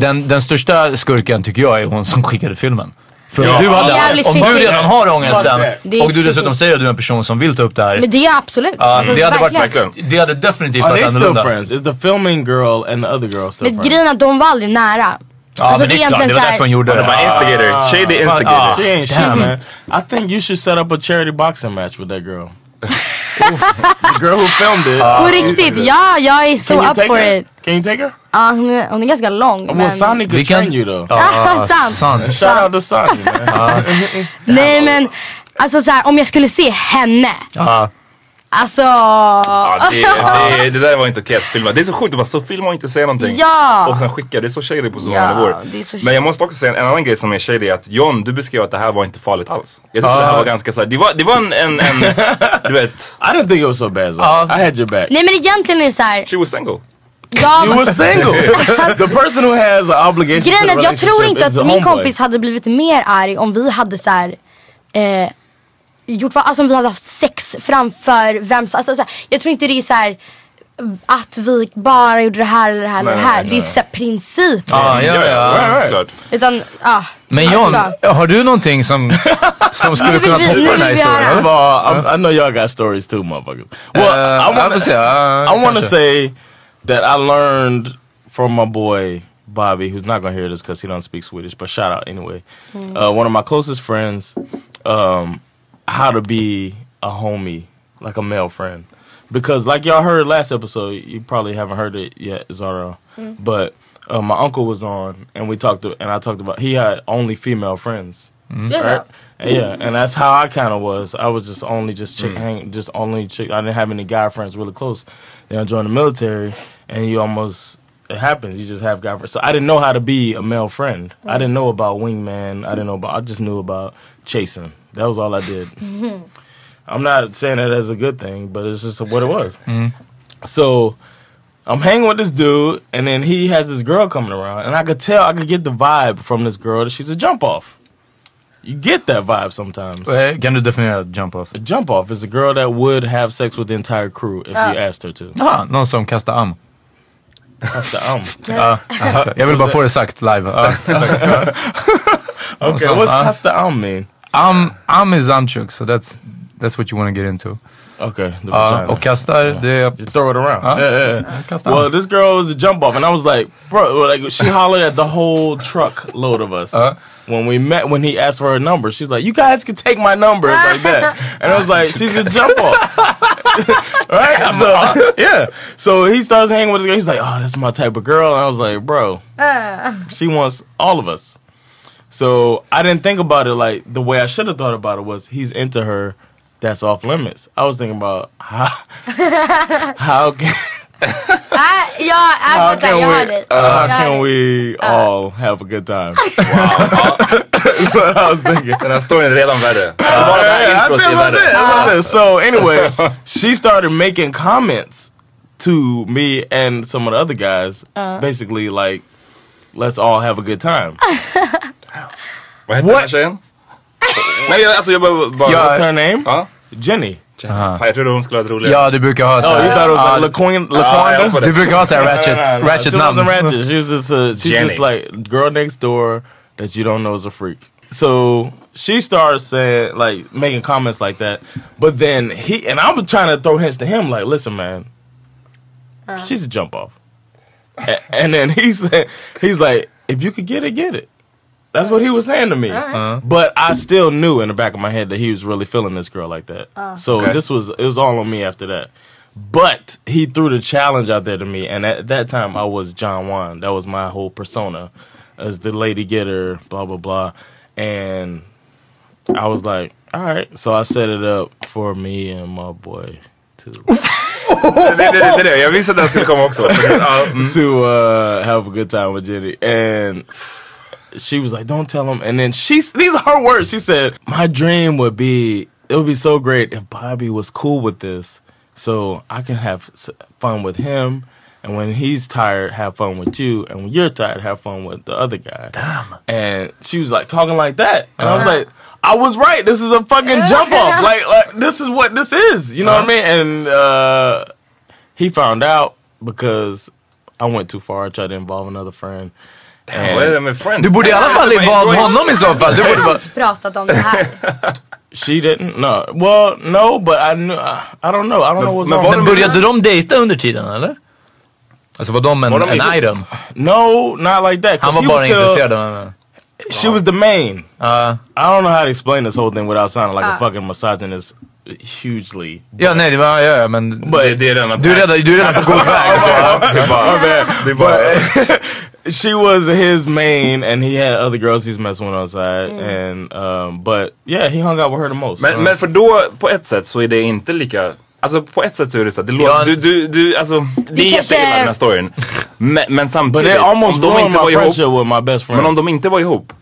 D: den, den största skurken tycker jag är hon som skickade filmen. För om
I: Ja.
D: du, hade,
I: Jävligt
D: om du
I: fiffigt.
D: redan har ångesten
E: Det är
D: och du dessutom
E: fiffigt.
D: säger att du är en person som vill ta upp det här.
E: Men det är absolut. Alltså,
D: ja, alltså, det, hade varit, det hade definitivt
C: Are
D: varit
C: they still
D: annorlunda.
C: friends? Is the filming girl and the other girl still
E: Men
C: friends?
E: grejen är att de var aldrig nära. Alltså,
C: Ja, Ah, men det är klart.
E: egentligen
C: Det var
E: så här-
C: därför hon gjorde det.
B: Ah, instigator. Shady
C: Fan,
B: instigator.
C: ah, she ain't shit,
B: Damn.
C: man. I think you should set up a charity boxing match with that girl. the <laughs> girl who filmed it.
E: Ah. På riktigt, ja jag är
C: Can
E: så
C: you
E: up
C: take
E: for
C: her?
E: it.
C: Can you take her?
E: Ja, hon, är, hon är ganska lång
C: Well,
E: men...
C: Sonny could train you though.
E: Ah, sant.
D: sant.
C: Shout out to Sonny,
E: <laughs>
C: man.
E: Nej men, alltså så här, om jag skulle se henne.
D: Ja.
E: Alltså...
B: Ja,
E: <laughs>
B: det, det, det där var inte okej att filma. Det är så sjukt att bara, så filma och inte säga någonting.
E: Ja.
B: Och sen skicka, det är så shady på så många
E: Ja,
B: nivåer.
E: det är så
B: Men jag måste också säga en, en annan grej som är shady är att John, du beskrev att det här var inte farligt alls. Jag tyckte
C: Ah.
B: det här var ganska såhär, det var, det var en,
C: <laughs>
B: en, en du vet.
C: I didn't think it was so bad.
E: Ah.
C: I had your back.
E: Nej men egentligen är det så här.
B: She was single.
E: Ja,
C: You
E: <laughs>
C: were single. <laughs> the person who has an obligation. to
E: Grejen
C: the
E: är att jag tror
C: relationship
E: inte
C: is the
E: att min
C: homeboy.
E: kompis hade blivit mer arg om vi hade så här, eh, gjort vad, alltså om vi hade haft sex framför vem som, alltså så här, jag tror inte det är så här att vi bara gjorde det här eller det här eller det
D: Nej,
E: här.
D: nej,
E: Det är
D: nej.
E: så här principen.
D: Ja, ja, ja. Såklart.
E: Utan, ja.
D: Men John,
E: Alltså.
D: har du någonting som, som skulle
E: Nu vill
D: kunna
E: vi-
D: toppa
E: nu
D: den här
E: vill vi höra.
D: historien? Eh,
C: Well, I'm- I know y'all got stories too, motherfuckers. Well, I want
D: I would
C: to
D: say, uh,
C: I want to
D: kanske.
C: say that I learned from my boy Bobby, who's not gonna hear this because he don't speak Swedish, but shout out anyway.
L: Mm.
C: Uh, one of my closest friends, um, how to be a homie, like a male friend, because like y'all heard last episode, you probably haven't heard it yet, Zara,
L: Mm.
C: but. Uh, my uncle was on, and we talked, to, and I talked about he had only female friends,
L: Mm. Yes, sir.
C: right? Yeah, and that's how I kind of was. I was just only just chick, hang, just only chick. I didn't have any guy friends really close. Then I joined the military, and you almost it happens. You just have guy friends. So I didn't know how to be a male friend. I didn't know about wingman. I didn't know about. I just knew about chasing. That was all I did. I'm not saying that as a good thing, but it's just what it was. So I'm hanging with this dude, and then he has this girl coming around, and I could tell, I could get the vibe from this girl that she's a jump off. You get that vibe sometimes.
D: Eh, Kan du definiera jump off?
C: A jump off is a girl that would have sex with the entire crew if
D: Ah.
C: you asked her to.
D: Ah, någon som kastar am. Ah,
C: Kastar am?
D: Ja, jag vill bara få det sagt live. Ah. Ja, tack. Ja. Någon
C: Okay,
D: som-
C: what's
D: ja.
C: kasta am mean?
D: Am, am is amchuk, so that's, that's what you want to get into.
C: Okay. the
D: Ja,
C: vagina.
D: och kastar, det är...
C: Just throw it around.
D: Ja.
C: Yeah, yeah, yeah.
D: Kasta am.
C: Well, this girl was a jump off, and I was like, bro, like she hollered at the whole truck load of us when we met. When he asked for her number, she's like, "You guys can take my number," like that. And I was like, "She's a jump off, <laughs> right?" So <laughs> yeah. So he starts hanging with the girl. He's like, "Oh, that's my type of girl." And I was like, "Bro,
E: äh,
C: she wants all of us." So I didn't think about it like the way I should have thought about it was he's into her. That's off limits. I was thinking about how <laughs> how can
I: Nej, jag,
E: äh,
I: jag
C: how
I: fattar, jag hör
C: can
I: dig.
C: we uh, how
I: jag hör
C: can
I: dig.
C: we all have a good time? That's what I was thinking.
B: Den här storyn är redan värre.
C: Uh,
B: Bara det här
C: yeah, I
B: introt
C: think
B: är
C: that's it,
B: värre.
C: that's it. So anyway, she started making comments to me and some of the other guys,
I: Uh.
C: basically like, "Let's all have a good time."
B: Vad hette den här tjejen? Nej jag, alltså jag behöver bara...
C: Yeah, What's her name?
B: Ja.
C: Jenny. Uh-huh.
B: Fan, jag trodde hon skulle ha ett roligare.
D: Ja, du brukar ha
C: Oh, you
D: såhär...
C: thought it was like LaQuin, LaQuanda?
D: Du brukar ha såhär ratchet, ratchet
C: she wasn't
D: namn.
C: ratchet. She was just a, she's
D: Jenny.
C: just like girl next door that you don't know is a freak. So she starts saying like making comments like that, but then he and I'm trying to throw hints to him like, listen, man, she's a jump off. A- and then he said, he's like, if you could get it, get it. That's what he was saying to me.
I: All right. Uh-huh.
C: But I still knew in the back of my head that he was really feeling this girl like that.
I: Uh.
C: So
I: Okay.
C: this was it was all on me after that. But he threw the challenge out there to me, and at that time I was John Wan. That was my whole persona as the lady getter, blah blah blah. And I was like, all right. So I set it up for me and my boy too. <laughs>
B: Det, det, det, det, det. Jag visste att den skulle komma också. Ja,
C: to uh, have a good time with Jenny. And she was like, "Don't tell him." And then she, these are her words. She said, "My dream would be, it would be so great if Bobby was cool with this, so I can have s- fun with him." And when he's tired, have fun with you. And when you're tired, have fun with the other guy. Damn. And she was like talking like that. And I was
L: Uh-huh.
C: like, I <laughs> was right. This is a fucking <laughs> jump off. Like, like this is what this is. You know what I mean? And uh, he found out because I went too far. I tried to involve another friend. And-
B: vad är det med friends?
D: Du borde i alla fall involva honom i så fall. Du
E: Vi
C: <laughs>
D: borde
E: har
D: bara...
E: ens pratat om det här.
C: She didn't. No. Well, no, but I knew. I, I don't know. I don't know what's
D: Men,
C: on.
D: började de dejta under tiden eller? Alltså var de en,
C: Var de
D: en
C: inte-
D: item?
C: No, not like that. 'cause
D: Han var
C: he
D: bara
C: still-
D: intresserad av henne.
C: She was the main. I don't know how to explain this whole thing without sounding like
D: Ah.
C: a fucking misogynist hugely.
D: Ja, nej, det var, ja, ja, men...
C: But
D: du är redan, du är <laughs> redan på god väg. Så,
C: Det är bara- det är <laughs> bara- she was his main and he had other girls he's messing with outside and um, but yeah he hung out with her the most.
B: Men, men för då, på ett sätt så är det inte lika... Alltså på ett sätt så är det så att det låter...
C: Ja.
B: Du, du, du, alltså... Det är
C: kanske-
B: jätteilla den här storyn. Men, men
C: but
B: samtidigt,
C: it almost
B: om de
C: ruined
B: inte var
C: my
B: ihop...
C: friendship with my best friend.
B: Men om de inte var ihop?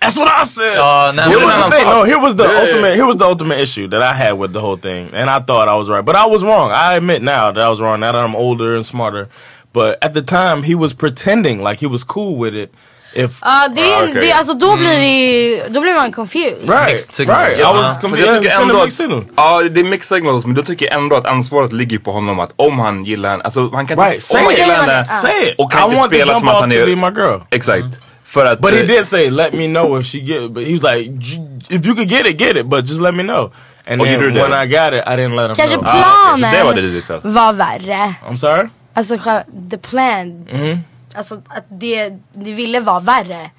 C: That's what I said.
B: nej,
C: here
B: men-
C: was the
B: men-
C: thing. No, here was the
B: Yeah.
C: ultimate. Here was the ultimate issue that I had with the whole thing, and I thought I was right, but I was wrong. I admit now that I was wrong. Now that I'm older and smarter, but at the time he was pretending like he was cool with it. If
E: Ja, det
D: Ah,
E: är, det, alltså då
D: Mm.
E: blir det ju, då blir man confused.
C: Right,
B: alltså.
C: right. I was
B: För
C: confused.
B: jag tycker ändå
C: Yeah,
B: att, ja det är mixed signals men då tycker jag ändå att ansvaret ligger på honom att om han gillar henne, alltså han kan
C: Right,
B: inte, om
C: say
B: han
C: it.
B: gillar henne
C: Say it.
B: och
C: I
B: kan inte
C: want the
B: spela
C: jump
B: som att
C: off
B: han
C: to
B: är...
C: be my girl.
B: Exakt. För att...
C: But
B: eh,
C: he did say, "Let me know if she get." But he was like, "J- "If you could get it, get it, but just let me know." And
B: Oh, you
C: then
B: do that.
C: when I got it, I didn't let him
E: Kanske
C: know. Ah, okay, so that
E: planen-
C: was the detail.
E: Var värre.
C: I'm sorry.
E: Alltså själva- the plan.
C: Mhm.
E: Alltså att det, det ville vara värre.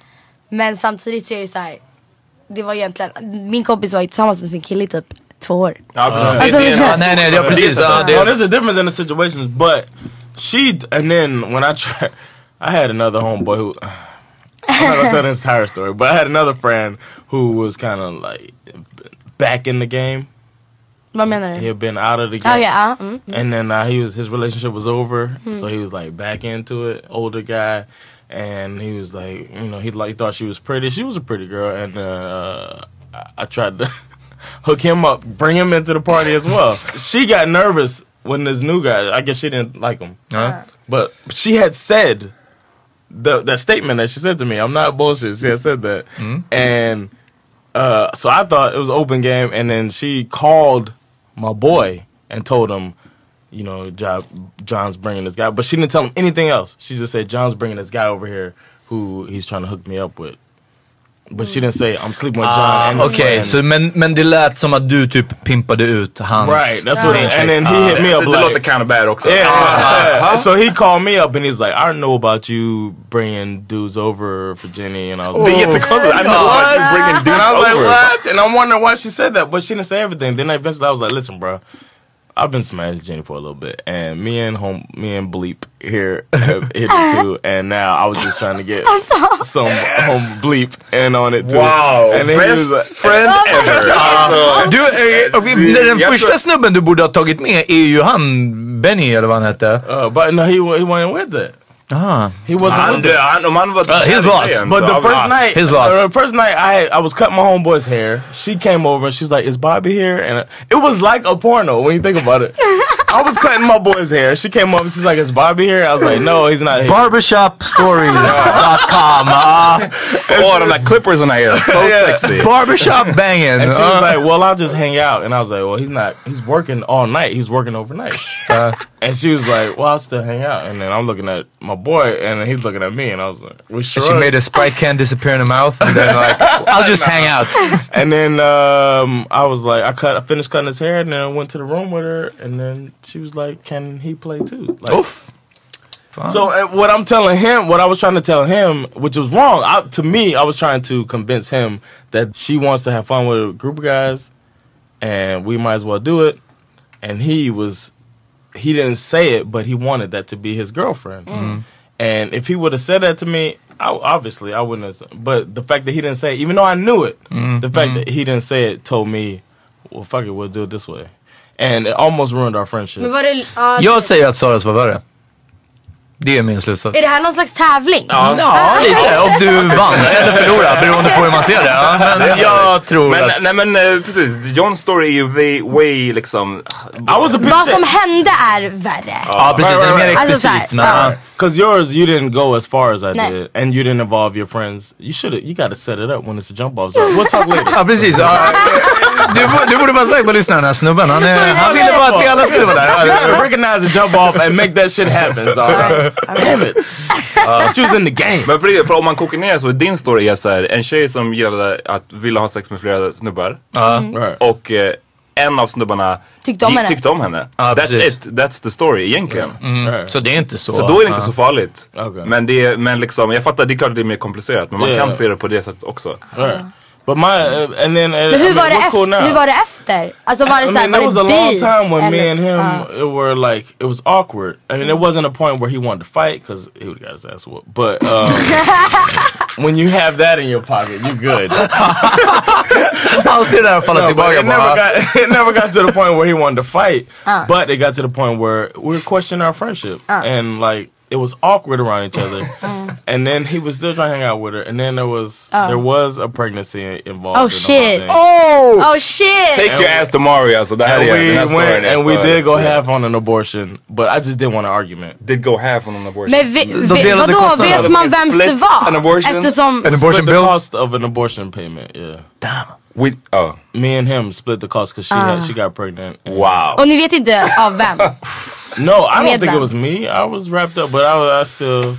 E: Men samtidigt så är det så här. Det var egentligen, min kompis var ju tillsammans med sin kille i typ två år.
B: Ja,
C: precis.
E: Alltså,
D: det är en annan- Nej, nej, det är precis, ja, det är-
C: Well, Oh, there's a difference in the situations, <laughs> but she and then when I try, I had another homeboy who <laughs> I'm not gonna tell the entire story, but I had another friend who was kind of like back in the game.
E: <laughs> Vad menar du?
C: He had been out of the game.
E: Ah, ja, ja. Mm, mm.
C: And then uh, he was his relationship was over, Mm-hmm.
E: Hmm.
C: so he was like back into it, older guy, and he was like, you know, he like thought she was pretty. She was a pretty girl, and uh, I, I tried to <laughs> hook him up, bring him into the party as well. she got nervous when this new guy. I guess she didn't like him, but she had said the that statement that she said to me. I'm not bullshit. She had said that, and uh, so I thought it was open game, and then she called my boy and told him, you know, John, John's bringing this guy, but she didn't tell him anything else. She just said John's bringing this guy over here who he's trying to hook me up with. But she didn't say I'm sleeping with John.
D: Ah,
C: and his
D: Okej,
C: friend."
D: så, men, men det lät som att du typ pimpade ut hans...
C: Right, that's what. It, and then he
B: Ah,
C: hit me up. like,
B: kind of bad
C: Yeah. yeah. Uh-huh. So he called me up and he's like, "I know about you bringing dudes over for Jenny," and I was "Oh,
B: Det är jättekonstigt. I know about you bringing
C: and I was
B: dudes
C: like,
B: over.
C: "What?" And I'm wondering why she said that, but she didn't say everything. Then eventually, I was like, "Listen, bro." I've been smashing Jenny for a little bit, and me and home, me and Bleep here have hit it too, and now I was just trying to get some home Bleep in on it too.
B: Wow,
C: and then he was
B: best
C: like-
B: friend
C: Oh my
B: ever.
C: God.
B: Alltså,
D: Du, eh, vi-
C: Jag
D: den
C: tror-
D: första snubben du borde ha tagit med är ju han Benny eller vad han hette.
C: Uh, but no, he, wa- he wasn't with it.
D: Ah.
C: He wasn't
B: Han-
C: with it.
B: han- om han var
C: Uh, his
B: kär i
C: loss.
B: tjejen,
C: But
B: så
C: the
B: han-
C: first
B: ah,
C: night, uh,
B: his loss.
C: The first night, I I was cutting my homeboy's hair. She came over and she's like, "Is Bobby here?" And uh, it was like a porno when you think about it. I was cutting my boy's hair. She came over. She's like, "Is Bobby here?" I was like, "No, he's not here." <laughs>
D: Barbershopstories.com. ah.
B: Åh, de där clippersen här är so
C: <laughs> Yeah.
B: sexy.
D: Barbershop banging.
C: And she
D: Ah.
C: was like, "Well, I'll just hang out." And I was like, "Well, he's not. He's working all night. He's working overnight." Uh, and she was like, "Well, I'll still hang out." And then I'm looking at my boy, and then he's looking at me, and I was like, "We sure?"
D: She
C: <laughs>
D: made a sprite can disappear in her mouth and then like, I'll just hang out.
C: <laughs> And then um, I was like, I cut, I finished cutting his hair, and then I went to the room with her, and then she was like, "Can he play too?" Like,
D: Oof.
C: So uh, what I'm telling him, what I was trying to tell him, which was wrong, I, to me, I was trying to convince him that she wants to have fun with a group of guys, and we might as well do it. And he was, he didn't say it, but he wanted that to be his
D: Mm.
C: girlfriend.
D: Mm-hmm.
C: And if he would have said that to me, I, obviously I wouldn't have. But the fact that he didn't say, it, even though I knew it,
D: Mm-hmm.
L: Mm,
C: the fact
L: mm.
C: that he didn't say it told me, well, fuck it, we'll do it this way. And it almost ruined our friendship.
E: Men var det... ah, ja,
D: Jag säger att Saras var värre. Det är min slutsats.
E: Är det här någon slags tävling? Ah,
D: Ja, lite. Och du vann eller förlorade beroende på hur man ser det. Ja, men jag tror
B: men,
D: att...
B: Nej men eh, precis, John's story är ju way, way liksom... I was
E: Vad som hände är värre.
C: Uh,
D: Ja, precis. Den är mer
E: Alltså så här,
D: explicit. Men,
E: ja.
C: Cause yours, you didn't go as far as I
E: Nej.
C: did, and you didn't involve your friends. You should have. You got to set it up when it's a jump off. So we'll talk later.
D: Ja precis. Ja, Du, bo- du borde bara sagt bara lyssna den här snubben. Han, är, han ville bara att vi alla skulle
E: <laughs>
D: vara
C: <laughs> Yeah,
D: där.
C: Recognize the jump off and make that shit happen. So, damn it.
B: Uh,
C: She was in the game.
B: Men för, det- för om man kokar ner så, din story är så här, en tjej som gillade att ville ha sex med flera snubbar.
D: Mm.
B: Och eh, en av snubbarna
E: Tyckte om
B: gi-
E: henne.
B: tyckte om henne.
D: Ja,
B: That's
D: precis.
B: it, that's the story egentligen.
D: Mm, så det är inte så.
B: Så då är det inte
D: Ja.
B: så farligt.
C: Okej.
B: Men, det är, men liksom, jag fattar, det är klart att det är mer komplicerat men man
C: Ja,
B: kan
C: ja.
B: se det på det sättet också.
C: Right. But my uh, and then uh,
E: Men
C: I
E: hur
C: mean,
E: var, det
C: we're cool
E: efter,
C: now.
E: hur var det efter? Alltså var det
C: I
E: såhär,
C: mean, there was a
E: var det
C: long
E: beef?
C: time when me
E: eller- Ah.
C: and him
E: Ja.
C: it were like it was awkward. I mean, there wasn't a point where he wanted to fight because he would got his ass whooped. But um, when you have that in your pocket, you're good.
D: Alltid där att falla
C: No, but
D: tillbaka
C: it, never
D: bara.
C: got, <laughs> it never got to the point where he wanted to fight,
D: Uh.
C: but it got to the point where we were questioning our friendship.
D: Uh.
C: And like, it was awkward around each other. and then he was still trying to hang out with her. And then there was
E: Uh.
C: there was a pregnancy involved.
E: Oh
C: in the
E: shit.
C: whole thing.
E: Oh! Oh shit!
B: Take your ass to Mario alltså, det här
C: And
B: är, den här
C: we
B: storyn
C: went
B: är
C: and we
B: för-
C: did go half on an abortion, but I just didn't want an argument.
B: Did go half on an abortion.
E: Men vi, vi, vadå, vet man vems det var? Eftersom...
C: split the cost of an abortion payment. Yeah. Damn.
B: We oh.
C: Me and him split the cost because she
E: Ah.
C: had, she got pregnant.
B: Wow.
E: Och ni vet inte av
C: <laughs>
E: vem?
C: No, I don't think
E: Medlem.
C: it was me. I was wrapped up, but I, was- I still.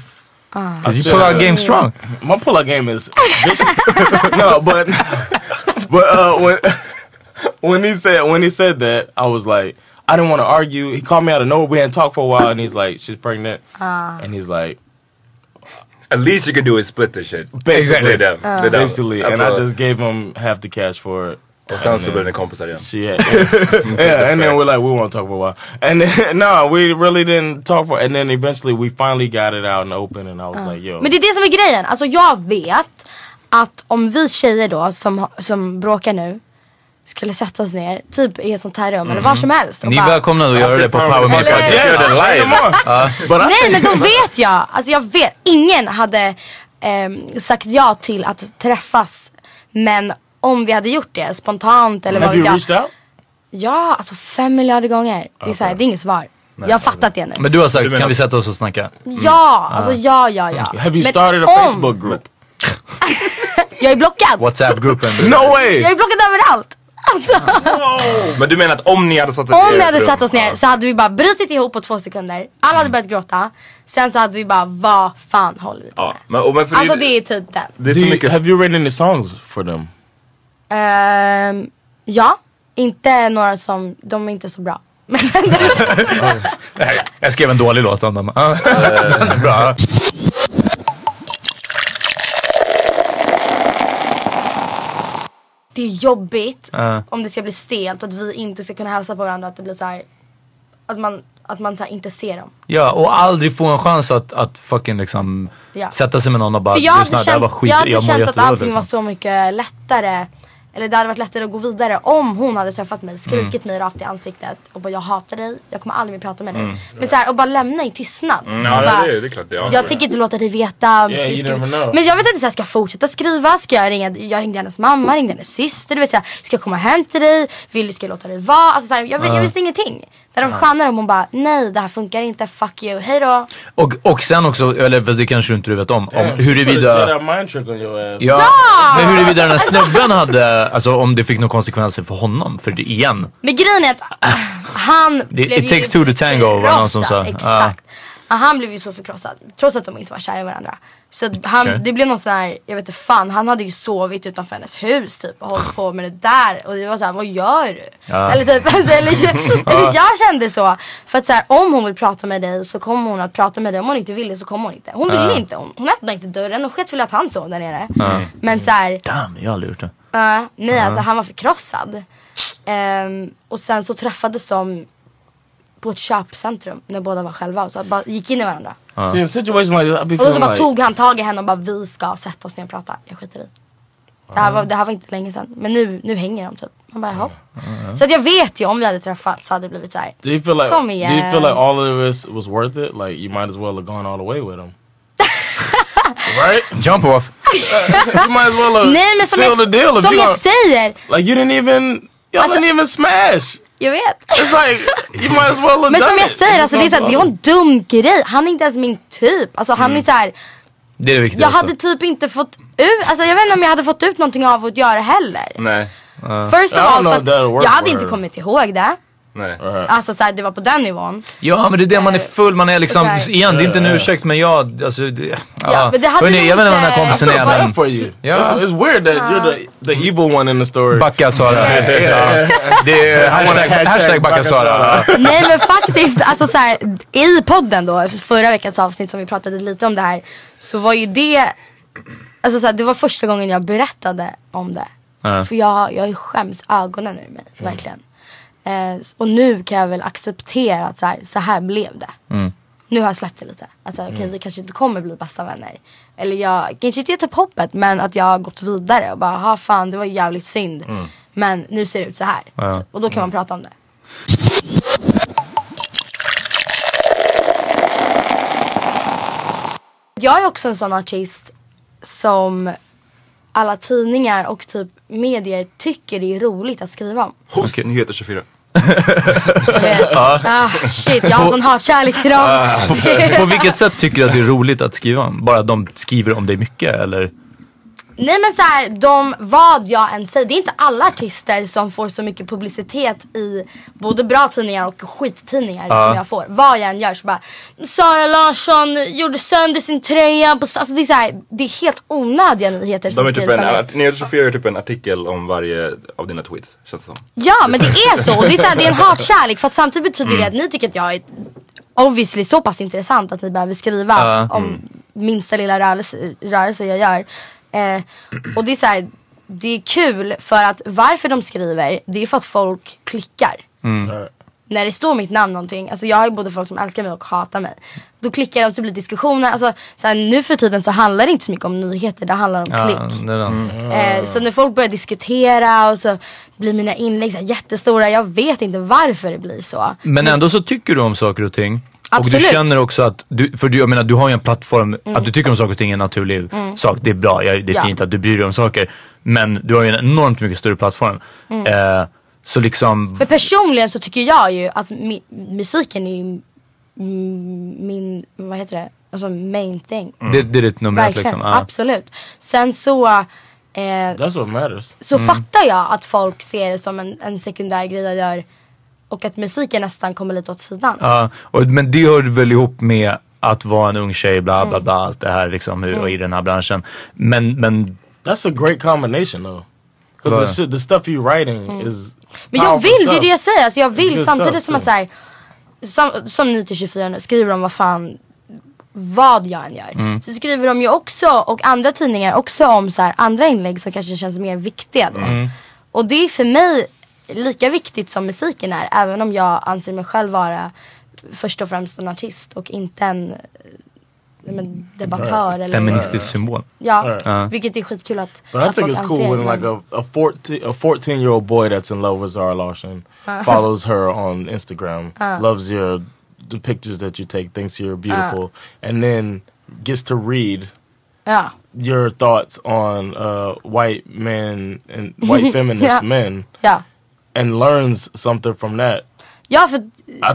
E: Ah.
C: I
D: Did you
C: still-
D: pull out game strong?
C: My pull out game is vicious. <laughs> no, but but uh, when when he said when he said that, I was like, I didn't want to argue. He called me out of nowhere. We hadn't talked for a while, and he's like, she's pregnant,
E: Ah.
C: and he's like,
B: At least you can do is split the shit.
C: basically,
B: Det är den. Det är den.
C: basically, and I
B: Alltså-
C: just gave him half the cash for it.
B: Och sen så blev ni kompisar igen.
C: Shit.
B: <laughs>
C: yeah, and then we're like, we won't talk for a while. And then, <laughs> no, we really didn't talk for. And then eventually, we finally got it out in the open, and I
E: Oh.
C: was Alltså, like, yo.
E: Men det är det som är grejen. Alltså jag vet att om vi tjejer då som, ha- som bråkar nu skulle sätta oss ner, typ i ett sånt här rum eller var som helst. och
D: Mm. Ni
E: bara-
D: är välkomna att göra det på Power Media.
E: Eller-
D: Ja.
E: Nej men då
C: <laughs>
E: vet jag, alltså jag vet, ingen hade ehm, sagt ja till att träffas. Men om vi hade gjort det spontant eller vad
C: Have
E: vet
C: you
E: jag.
C: reached out?
E: Ja, alltså fem miljarder gånger. Det är, så här, det är inget svar. jag har fattat det nu.
D: Men du har sagt, kan vi sätta oss och snacka?
E: Ja, alltså ja, ja, ja.
D: Mm. Have you
E: Men
D: started a
E: om-
D: Facebook
C: group?
E: Jag är blockad.
D: Whatsapp-gruppen?
B: No way!
E: Jag är blockad överallt. Alltså,
B: Men du menar att om ni hade satt
E: om vi hade satt oss ner så hade vi bara brutit ihop på två sekunder. Alla hade börjat gråta. Sen så hade vi bara, vad fan håller vi på
B: Ja, men, och, men för
E: Alltså
B: det,
E: det är typ den.
B: Det är så
C: Do you-
B: mycket-
C: Have you written any songs for them?
E: Ehm, ja, inte några som, de är inte så bra.
D: Jag skrev en dålig låt om dem. Ah, eh, <laughs> Bra.
E: Det är jobbigt
D: Ja.
E: om det ska bli stelt och att vi inte ska kunna hälsa på varandra. Att det blir så här, att man, att man så här inte ser dem.
D: Ja, och aldrig få en chans att, att fucking liksom
E: Ja.
D: sätta sig med någon och bara
E: För jag hade
D: lyssna, det här var
E: känt,
D: skit,
E: jag hade
D: mår liksom."
E: känt att
D: jättedåligt,
E: allting var så mycket lättare. Eller det hade varit lättare att gå vidare om hon hade träffat mig, skrikit
D: Mm.
E: mig rakt i ansiktet och bara jag hatar dig, jag kommer aldrig mer prata med dig.
B: Mm.
E: Men så här, och bara lämna i tystnad.
B: Mm,
E: Och
B: ja,
E: bara,
B: det, är- det är klart. Ja.
E: Jag tänker inte låta dig veta. Vi
B: Yeah,
E: ska-
B: you
E: ska-
B: never know.
E: Men jag vet inte, så här, ska jag fortsätta skriva? Ska jag ringa? Jag ringde hennes mamma, ringde hennes syster. Du vet, så här, ska jag komma hem till dig? Vill du, ska jag låta dig vara? Alltså, så här, jag, vet- jag
D: Ja.
E: visste ingenting. När de
D: Ja.
E: stjärnade om hon bara, nej det här funkar inte, fuck you, hejdå.
D: Och, och sen också, eller för det kanske du inte vet om, om
C: Damn, she put a
D: huruvida...
C: Jedi mind trick on your ass.
D: Ja, men huruvida den här snubben hade, alltså om det fick några konsekvenser för honom, för det igen.
E: Men grejen är att <clears throat> han
D: Det,
E: blev
D: it
E: ju
D: takes two to tango var någon som sa.
E: förkrossad, Exakt. Ja, Ah, Han blev ju så förkrossad, trots att de inte var kära i varandra. Så att han,
D: Okej.
E: det blev någon sån här, jag vet inte fan, han hade ju sovit utanför hennes hus typ och hållit på med det där. Och det var så här, vad gör du?
D: Ja.
E: Eller typ, alltså, eller,
D: Ja. <laughs>
E: eller jag kände så. För att så här, om hon vill prata med dig så kommer hon att prata med dig. Om hon inte vill det så kommer hon inte. Hon ville
D: Ja.
E: inte, hon, hon öppnade inte dörren och sket väl att han sov där nere.
D: Ja.
E: Men så här,
D: Damn, jag har aldrig gjort det.
E: Ja, nej
D: Ja.
E: alltså han var förkrossad. Ehm, och sen så träffades de på ett köpcentrum när båda var själva och så bara gick in i varandra.
C: See, in a situation like that, I'd be
E: Och då så
C: feeling
E: bara
C: like, uh-huh.
E: tog han tag i henne och bara vi ska sätta oss ner och prata. Jag skiter i. Det här var, det här var inte länge sedan. Men nu, nu hänger de typ. Man bara jaha. Så att jag vet ju om vi hade träffats så hade det blivit så här.
C: do you feel like
E: Kom
C: do
E: igen.
C: you feel like all of this was worth it? Like you might as well have gone all the way with him. <laughs> right?
D: Jump off.
C: <laughs> you might as well have
E: Nej men som
C: sealed the
E: jag,
C: deal if
E: som
C: you
E: jag
C: want-
E: säger.
C: Like you didn't even y'all
E: Alltså-
C: didn't even smash.
E: Jag vet.
C: It's like you might as well have
E: Men
C: done
E: som jag
C: it.
E: säger alltså det är så här, det var en
C: Mm.
E: dum grej. Han är inte ens min typ. Alltså han är så här.
D: Det är det
E: Jag
D: viktigaste.
E: hade typ inte fått ut, alltså jag vet inte om jag hade fått ut någonting av att göra heller.
B: Nej.
E: First of all, för att jag hade inte kommit ihåg det.
B: Nej.
E: Alltså eh, såhär, det var på den nivån.
D: Uh-huh. Ja men det är det, man är full, man är liksom,
E: Och så här-
D: igen det är inte en
C: Ja, ja.
D: ursäkt men jag, alltså, det, ja.
E: men det hade
D: Hörni,
E: nog
D: jag vet inte om
E: inte-
D: den här kompisen är
C: I feel bad
D: men...
C: for you.
D: Ja.
C: It's, it's weird that you're the the evil one in the story.
D: Backa Sara.
C: Yeah.
D: Det är
C: I wanna
D: hashtag, hashtag backa Sara.
E: Nej men faktiskt, alltså så här, i podden då, förra veckans avsnitt som vi pratade lite om det här. Så var ju det, alltså så här, det var första gången jag berättade om det.
D: Ja. Mm.
E: För jag, jag skäms ögonen ur mig, verkligen. Eh, och nu kan jag väl acceptera att så här, så här blev det.
D: Mm.
E: Nu har jag släppt det lite. Alltså, okej,
D: Mm.
E: Vi kanske inte kommer bli bästa vänner. Eller jag kanske inte gett upp hoppet men att jag har gått vidare och bara, ha fan det var jävligt synd.
D: Mm.
E: Men nu ser det ut så här.
D: Ja. Mm.
E: Och då kan man prata om det. Jag är också en sån artist som alla tidningar och typ medier tycker det är roligt att skriva
D: <laughs>
E: om.
B: Host
E: <laughs>
B: Nyheter 24.
E: Ah, shit, jag har en sån hatkärlek till dem.
D: Ah.
E: <laughs>
D: På- På vilket sätt tycker du att det är roligt att skriva om? Bara att de skriver om dig mycket eller?
E: Nej men så här, de, vad jag än säger, det är inte alla artister som får så mycket publicitet i både bra tidningar och skittidningar
D: Ja.
E: som jag får. Vad jag än gör så bara, Sara Larsson gjorde sönder sin tröja på, s-" alltså det är så här, det är helt onödiga nyheter
B: De
E: som
B: är typ
E: skrivs
B: en,
E: om mig.
B: art- Nyheter 24 är typ en artikel om varje av dina tweets, känns det som.
E: Ja men det är så, och det är, så här, det är en hatkärlek för att samtidigt betyder det att ni tycker att jag är obviously så pass intressant att ni behöver skriva
D: Ja.
E: om minsta lilla rörelse, rörelse jag gör. Eh, och det är så här, det är kul för att varför de skriver, det är för att folk klickar.
F: Mm.
E: När det står mitt namn någonting, alltså jag har ju både folk som älskar mig och hatar mig. Då klickar de så blir det diskussioner. Alltså, så här, nu för tiden så handlar det inte så mycket om nyheter, det handlar om klick.
D: det är den.
B: Mm.
E: Eh, så när folk börjar diskutera och så blir mina inlägg så här jättestora. Jag vet inte varför det blir så.
D: Men ändå så tycker du om saker och ting. Och
E: Absolut.
D: du känner också att, du, för du, jag menar du har ju en plattform,
E: Mm.
D: att du tycker om saker och ting är en naturlig
E: Mm.
D: sak. Det är bra, jag, det är
E: Ja.
D: fint att du bryr dig om saker. Men du har ju en enormt mycket större plattform.
E: Mm.
D: Eh, så liksom,
E: Men personligen så tycker jag ju att mi- musiken är ju m- min, vad heter det, alltså main thing.
D: Mm. det, det är ditt nummer ett
E: Verkligen,
D: liksom. Ja.
E: absolut. Sen så, eh,
C: That's what matters.
E: så
D: Mm.
E: fattar jag att folk ser det som en, en sekundär grej jag gör och att musiken nästan kommer lite åt sidan.
D: Ja, och, men det hör väl ihop med att vara en ung tjej, bla bla bla,
E: Mm.
D: allt det här liksom, hur, och i den här branschen. Men, men...
C: That's a great combination though. Because the, shit- the stuff you writing
E: Mm.
C: is
E: Men jag
C: powerful
E: vill, det är
C: stuff.
E: det jag säger. Alltså jag
C: It's
E: vill
C: good
E: samtidigt
C: stuff,
E: som man
C: yeah.
E: säger som, som nu till 24 nu skriver de vad fan, vad jag än gör.
F: Mm.
E: Så skriver de ju också, och andra tidningar också om så här, andra inlägg som kanske känns mer viktiga då.
M: Mm.
D: Mm.
E: Och det är för mig lika viktigt som musiken är. Även om jag anser mig själv vara först och främst en artist och inte en eh, men, debattör. Eller,
D: Feministisk symbol.
E: Ja,
C: Ja.
E: vilket är skitkul att,
C: But I
E: att
C: think
E: folk
C: it's
E: anser,
C: cool when
E: men-
C: like a, a fourteen a fourteen year old boy that's in love with Zara Larsson
E: Uh. <laughs>
C: follows her on Instagram,
E: Uh.
C: loves your the pictures that you take, thinks you're beautiful, and then gets to read
E: Ja.
C: your thoughts on uh, white men
E: <laughs>
C: and white feminist
E: Yeah.
C: men,
E: ja.
C: and learns something from that.
E: Ja, för
C: think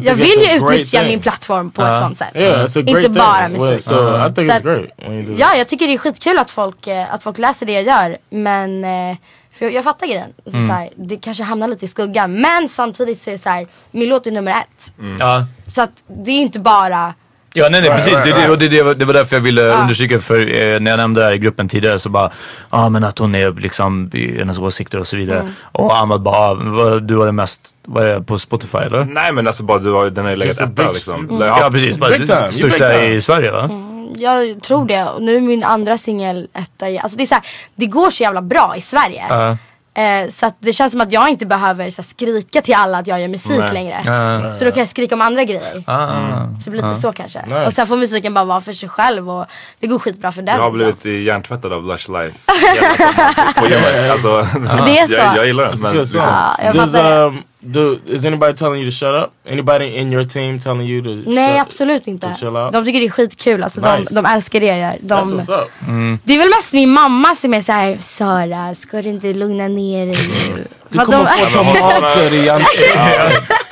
E: jag vill
C: it's a
E: ju
C: great
E: utnyttja
C: thing.
E: min plattform på ett sånt sätt.
C: Uh, Yeah, it's a great
E: Inte
C: thing.
E: bara
C: Well,
E: musik.
C: so I think
E: Så
C: it's
E: att-
C: great when you do
E: Ja, jag tycker det är skitkul att folk, eh, att folk läser det jag gör. Men eh, för jag, jag fattar grejen. Så
D: Mm.
E: så här, det kanske hamnar lite i skuggan. Men samtidigt så är det så här, min låt är nummer ett.
D: Ja.
E: Så att det är ju inte bara
D: Ja, nej, nej,
E: Right,
D: precis.
E: right,
D: Det- det,
E: right.
D: och det, det, det var därför jag ville
E: Ja.
D: understryka, för eh, när jag nämnde det här i gruppen tidigare så bara, ja men att hon är liksom, i hennes åsikter och så vidare.
B: Mm.
D: Och Ahmad bara, ah, vad- du har det mest, vad är det, på Spotify eller?
B: Nej men alltså bara du har, den har ju legat
D: Just a
B: etta
D: big-
B: liksom.
D: Mm. Ja, precis. Bara Big time. största Big time. i Sverige, va?
E: Mm. Jag tror det. Och nu är min andra singel etta. i- Alltså det är så här, det går så jävla bra i Sverige.
D: Ja.
E: Eh, så att det känns som att jag inte behöver så här, skrika till alla att jag gör musik
D: Nej.
E: längre.
D: Ja.
E: Så då kan jag skrika om andra grejer.
D: Ah.
E: Så det blir Typ lite
B: Ja.
E: så kanske.
B: Nice.
E: Och sen får musiken bara vara för sig själv och det går skitbra för den.
B: Jag har
E: <laughs> liksom.
B: blivit hjärntvättad av Lush
E: <laughs>
B: Life. På
C: <laughs>
B: gymmet. Alltså,
D: <laughs>
E: Det är så.
B: jag, jag gillar den.
C: It's
B: Men,
C: a good song.
E: Ja, jag
C: Does,
E: fattar det.
C: um, do, is anybody telling you to shut up? Anybody in your team telling you to
E: Nej
C: shut
E: absolut inte.
C: to chill out?
E: De tycker det är skitkul. Alltså,
C: Nice.
E: de, de älskar det jag gör.
C: That's
E: De,
C: what's up.
E: det är väl mest min mamma som är såhär, Sara ska du inte lugna ner dig
B: Mm.
E: nu?
C: Du
E: För att
C: kommer få tomater i
B: <laughs>
C: ansiktet.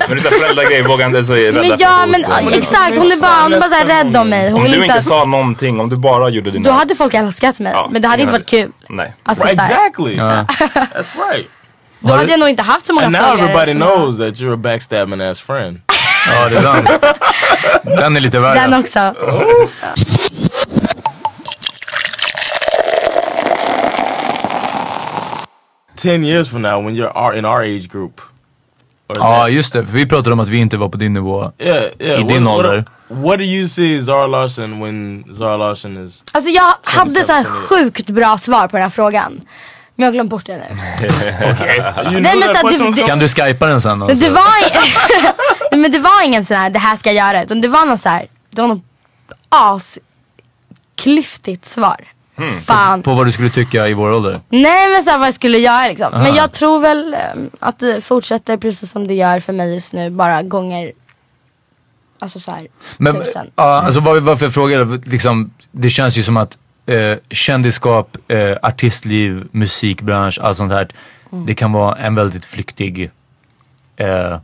B: Men det är föräldragrejer, vågar inte så är
E: Men ja men ah, exakt, hon är bara, hon är bara såhär rädd om mig. Hon
B: Om
E: vill
B: du
E: inte
B: inte
E: att,
B: sa någonting, om du bara gjorde dina...
E: då hade folk älskat mig. men det hade inte varit kul.
B: Nej.
E: Alltså, Right, så här- exactly.
D: Ah.
C: That's right.
E: Då hade jag nog inte haft så många
C: And now
E: följare.
C: everybody
E: som-
C: knows that you're a backstabbing ass friend.
D: Ja, det är den. Den är lite
E: Den också.
C: Ten years from now when you're our, in our age group. Or
D: Ja, just det. För vi pratade om att vi inte var på din nivå
C: that- yeah, yeah.
D: Ah, i din
C: what,
D: <laughs> ålder.
C: what, what do you see Zara Larsson when Zara Larsson is...
E: Alltså jag hade så här sjukt bra svar på den här frågan. Men jag har glömt bort det nu.
D: <laughs>
C: You
E: men
C: knew
E: så
C: that
E: att du-
C: question was
E: du-
D: Kan du skypa den sen?
E: Men det var, i- <laughs> Nej, men det var ingen sån här, det här ska jag göra. Utan det var någon så här, det var något asklyftigt svar.
D: Mm.
E: Fan.
D: På vad du skulle tycka i vår ålder?
E: Nej men så här, vad jag skulle göra liksom.
D: Aha.
E: Men jag tror väl ehm, att det fortsätter precis som det gör för mig just nu. Bara gånger, alltså så här,
D: Men,
E: tusen.
D: ja, alltså var, varför jag frågade, liksom, det känns ju som att eh, kändisskap, eh, artistliv, musikbransch, allt sånt här.
N: Mm.
D: Det kan vara en väldigt flyktig eh,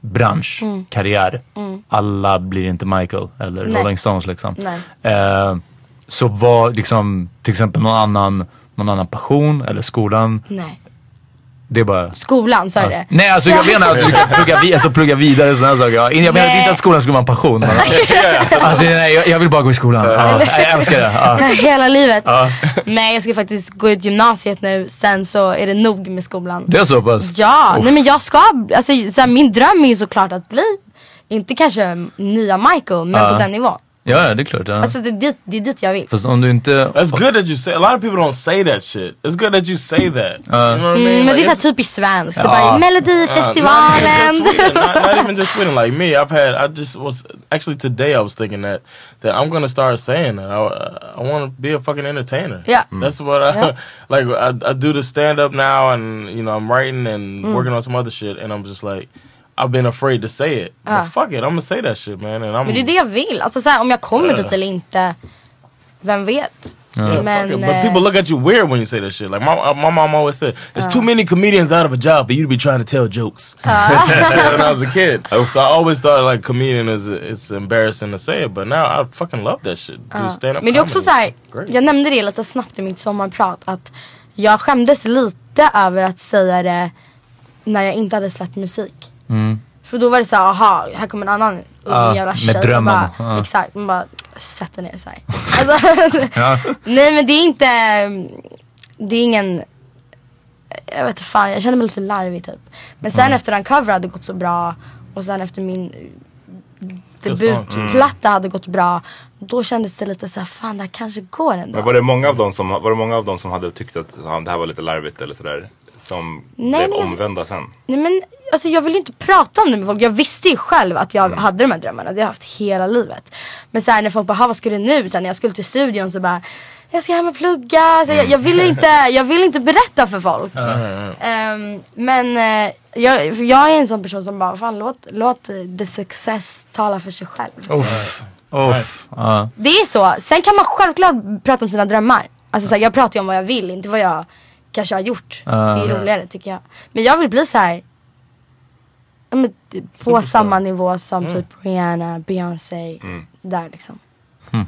D: bransch,
N: Mm.
D: karriär.
N: Mm.
D: Alla blir inte Michael eller
N: Nej.
D: Rolling Stones liksom.
N: Nej.
D: Eh, så var liksom, till exempel någon annan, någon annan passion eller skolan.
E: Nej.
D: Det är bara...
E: Skolan sa jag det.
D: Nej alltså jag
N: <laughs>
D: menar att du kan
E: <laughs>
D: plugga, vid, alltså, plugga vidare sådana saker. Ja, Jag menar
E: Nej.
D: inte att skolan skulle vara en passion. Men, alltså, nej, jag, jag vill bara gå i skolan. Ja, jag älskar det. Ja.
E: Hela livet.
D: Ja.
E: Nej jag ska faktiskt gå ut gymnasiet nu. Sen så är det nog med skolan.
D: Det är så pass?
E: Ja,
D: Uff.
E: nej men jag ska, alltså så här, min dröm är ju såklart att bli, inte kanske nya Michael men
D: Ja.
E: på den nivån.
D: Ja, ja, det är klart. Ja.
E: Alltså det är dit, det är dit jag vill.
D: Fast om du inte...
C: That's good that you say. A lot of people don't say that shit. It's good that you say that.
D: Uh.
C: you know what I mean?
E: Mm, men det är
C: Like,
E: såhär typiskt svenskt. Det
C: Ja.
E: är bara
D: Ah.
C: Uh,
E: Melodifestivalen.
C: not, even just Sweden, not, not even just Sweden. Like me, I've had. I just was actually today. I was thinking that that I'm gonna start saying that. I, uh, I want to be a fucking entertainer.
E: Yeah.
L: Mm.
C: that's what I
L: Yeah.
C: <laughs> like. I, I do the stand up now, and you know I'm writing and
L: Mm.
C: working on some other shit, and I'm just like. I've been afraid to say it.
E: Ah.
C: But fuck it, I'm gonna say that shit man. And I'm
E: Men det är det jag vill. Alltså såhär, om jag kommer
C: Ja.
E: dit eller inte. Vem vet?
C: Yeah,
E: Men,
C: fuck it.
E: eh,
C: But people look at you weird when you say that shit. Like my uh, my mom always said, "There's too many comedians out of a job for you to be trying to tell jokes." <laughs> when I was a kid, so I always thought like comedian is it's embarrassing to say it. But now I fucking love that shit.
E: Ja.
C: Do stand up.
E: Men det är också så här,
C: Great.
E: jag nämnde det lite snabbt i mitt sommarprat att jag skämdes lite över att säga det när jag inte hade släppt musik.
D: Mm.
E: För då var det så här, aha, här kommer en annan ung
D: Ja,
E: jävla
D: med
E: tjej. och
D: drömmen.
E: Bara,
D: Ja.
E: Exakt, man bara sätter ner såhär. Alltså, <laughs>
C: <laughs>
D: Ja.
E: nej men det är inte, det är ingen, jag vet inte fan, jag känner mig lite larvig typ. Men sen
I: Mm.
E: efter den cover hade gått så bra och sen efter min
B: Mm.
E: debutplatta hade gått bra. Då kändes det lite såhär, fan det här kanske går ändå.
B: Men var det många av dem som, var det många av dem som hade tyckt att ja, det här var lite larvigt eller sådär? Som
E: Nej,
B: blev
E: men jag-
B: omvända sen?
E: Nej men alltså jag vill ju inte prata om det med folk. Jag visste ju själv att jag hade de här drömmarna. Det har jag haft hela livet. Men såhär när folk bara, "Ha, vad ska du nu? Så här, när jag skulle till studion så bara, jag ska hem och plugga. Så jag, jag, vill inte, jag vill inte berätta för folk.
C: Uh-huh.
E: Ehm, men eh, jag, för jag är en sån person som bara, fan låt, låt eh, the success tala för sig själv.
D: Uff. Uff. Ja.
E: Det är så. Sen kan man självklart prata om sina drömmar. Alltså så här, jag pratar ju om vad jag vill, inte vad jag kanske har gjort.
D: Ah.
E: det är roligare tycker jag. Men jag vill bli så här. ja, Men, t- på samma nivå som
D: Mm.
E: typ Rihanna, Beyoncé. Där liksom.
D: Hmm.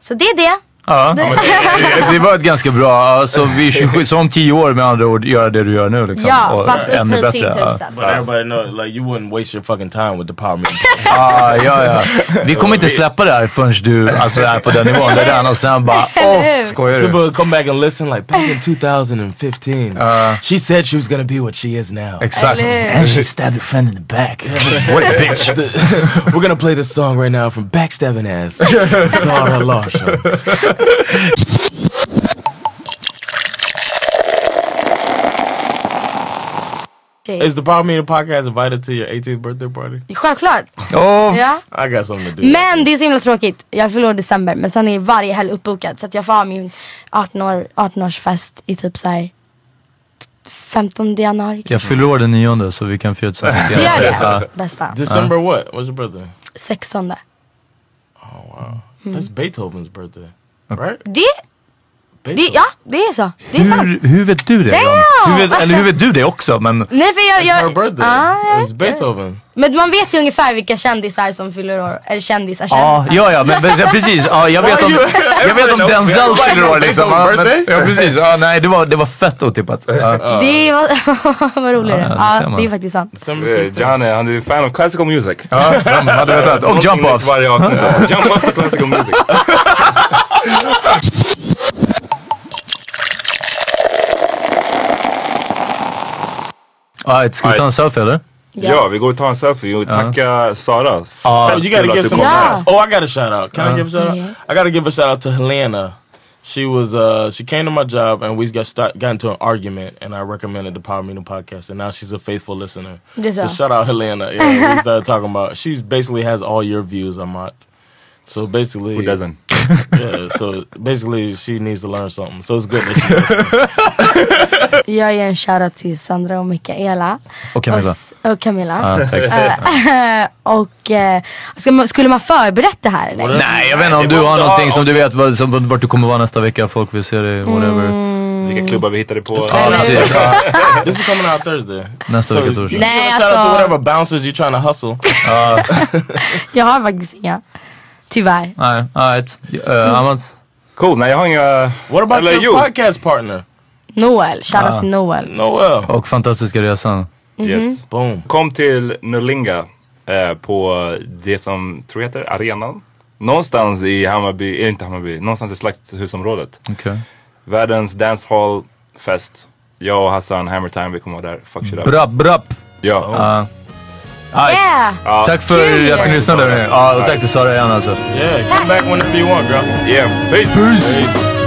E: Så det är det.
D: Ja, det-
E: <laughs>
D: det var ett ganska bra, alltså vi är 27, så om 10 år med andra ord, göra det du gör nu liksom. Och ännu bättre. ja.
C: But everybody know, like you wouldn't waste your fucking time with the power <laughs> meeting.
D: Ah, ja, ja.
C: <laughs>
D: Vi kommer inte släppa det här förrän du alltså, är på den nivån. Det är den och sen bara,
C: Oh,
D: åh, skojar du?
C: People would come back and listen like back in 2015. she said she was gonna be what she is now.
D: Exakt. Eller hur? And she stabbed her friend in the <laughs> back. What a bitch.
C: We're gonna play this song right now from Backstabbing Ass. Sara Larsson. Is the Power Meeting podcast invited to your 18th birthday party?
E: Självklart. Ja.
C: I got something to do.
E: Men det är så <laughs> himla tråkigt. Jag förlorar december men sen är varje helg uppbokad. Så att jag får ha min 18-år 18-årsfest i typ så här 15 januari.
D: Jag fyller år den nionde så vi kan fira tillsammans
E: Du gör det?
D: Ja.
E: Bästa.
C: December what? What's your birthday?
E: 16.
C: Oh wow.
E: Mm.
C: That's Beethoven's birthday. Right?
E: Det, det, ja det är så. Det är sant.
D: Hur, hur vet du det? John?
E: Damn!
D: Hur vet, eller hur vet du det också? Men
E: Nej för jag... jag, Ah, jag vet.
C: Beethoven.
E: Men man vet ju ungefär vilka kändisar som fyller år. Eller kändisar,
D: Ja,
E: kändisar.
D: Ah, ja, ja, men, men precis. Ah, Ja, jag vet om, jag vet om Denzel fyller år liksom. Ja, men, ja, precis. Ja, nej, det var, det var fett otippat. Ja.
E: Det var, <laughs> vad roligt det är.
D: Ja, det ser
E: Ja,
D: man.
E: det är faktiskt sant.
B: Eh, John är, han är fan av classical music.
D: Ja, han hade vetat. Och
B: Någonting
D: jump-offs.
B: nytt varje avsnitt. Jump-offs och classical music.
D: Ja, ska vi ta en selfie eller?
B: Ja. vi går och tar en selfie och tacka Sara.
C: Fam, you gotta give some shout outs. Oh, I got a shout out. Can
B: Uh.
C: I give a shout out?
B: Yeah.
C: I gotta give a shout out to Helena. She was uh she came to my job and we got start, got into an argument and I recommended the Power Meeting podcast and now she's a faithful listener.
L: Yes,
C: so
L: sir.
C: shout out Helena. Yeah, we started talking about she basically has all your views on Mott. So basically Who
B: doesn't?
C: <laughs> yeah, so basically she needs to learn something. So it's good that <laughs> she
E: Jag ger en shoutout till Sandra och Mikaela.
C: Och Camilla.
E: s- Och Camilla.
D: Ja, Ah, tack.
E: Eh, <laughs> och eh, ska man, skulle man förberett det här eller?
D: Nej, jag vet inte om du har någonting som du vet vad, som, vart du kommer vara nästa vecka. Folk vill se dig, whatever.
B: Vilka klubbar vi hittade på.
D: Ja,
C: <laughs>
D: precis. Ja.
C: this is coming out Thursday.
D: Nästa
C: So
D: vecka
C: you
D: torsdag.
E: Nej,
C: shout out to
E: alltså.
C: whatever bouncers you're trying to <laughs> hustle. Uh,
E: Jag har faktiskt inga. Tyvärr.
D: Nej, alright. Uh, Amat?
B: Cool, nej jag har inga...
C: What about
D: Eller
C: your
D: you?
C: podcast partner?
E: Noel, shoutout
D: Ah.
E: till Noel.
C: Noel.
D: Och fantastiska resan.
E: Mhm.
B: Yes.
C: Boom.
B: Kom till Nullinga eh, på det som tror jag heter arenan. Någonstans i Hammarby, eh, inte Hammarby, någonstans i Slakthusområdet.
D: Okej.
B: Världens dancehall-fest. Jag och Hassan Hammertime, vi kommer vara där. Fuck shit up.
D: Ah. Brapp, brapp.
B: Ja.
E: Yeah!
C: Uh,
B: Ja.
D: Tack för att ni lyssnade. hörni. Ja, och tack till Sara igen alltså.
C: Yeah, come back whenever you want, girl.
B: Yeah, peace.
C: peace.
F: <laughs>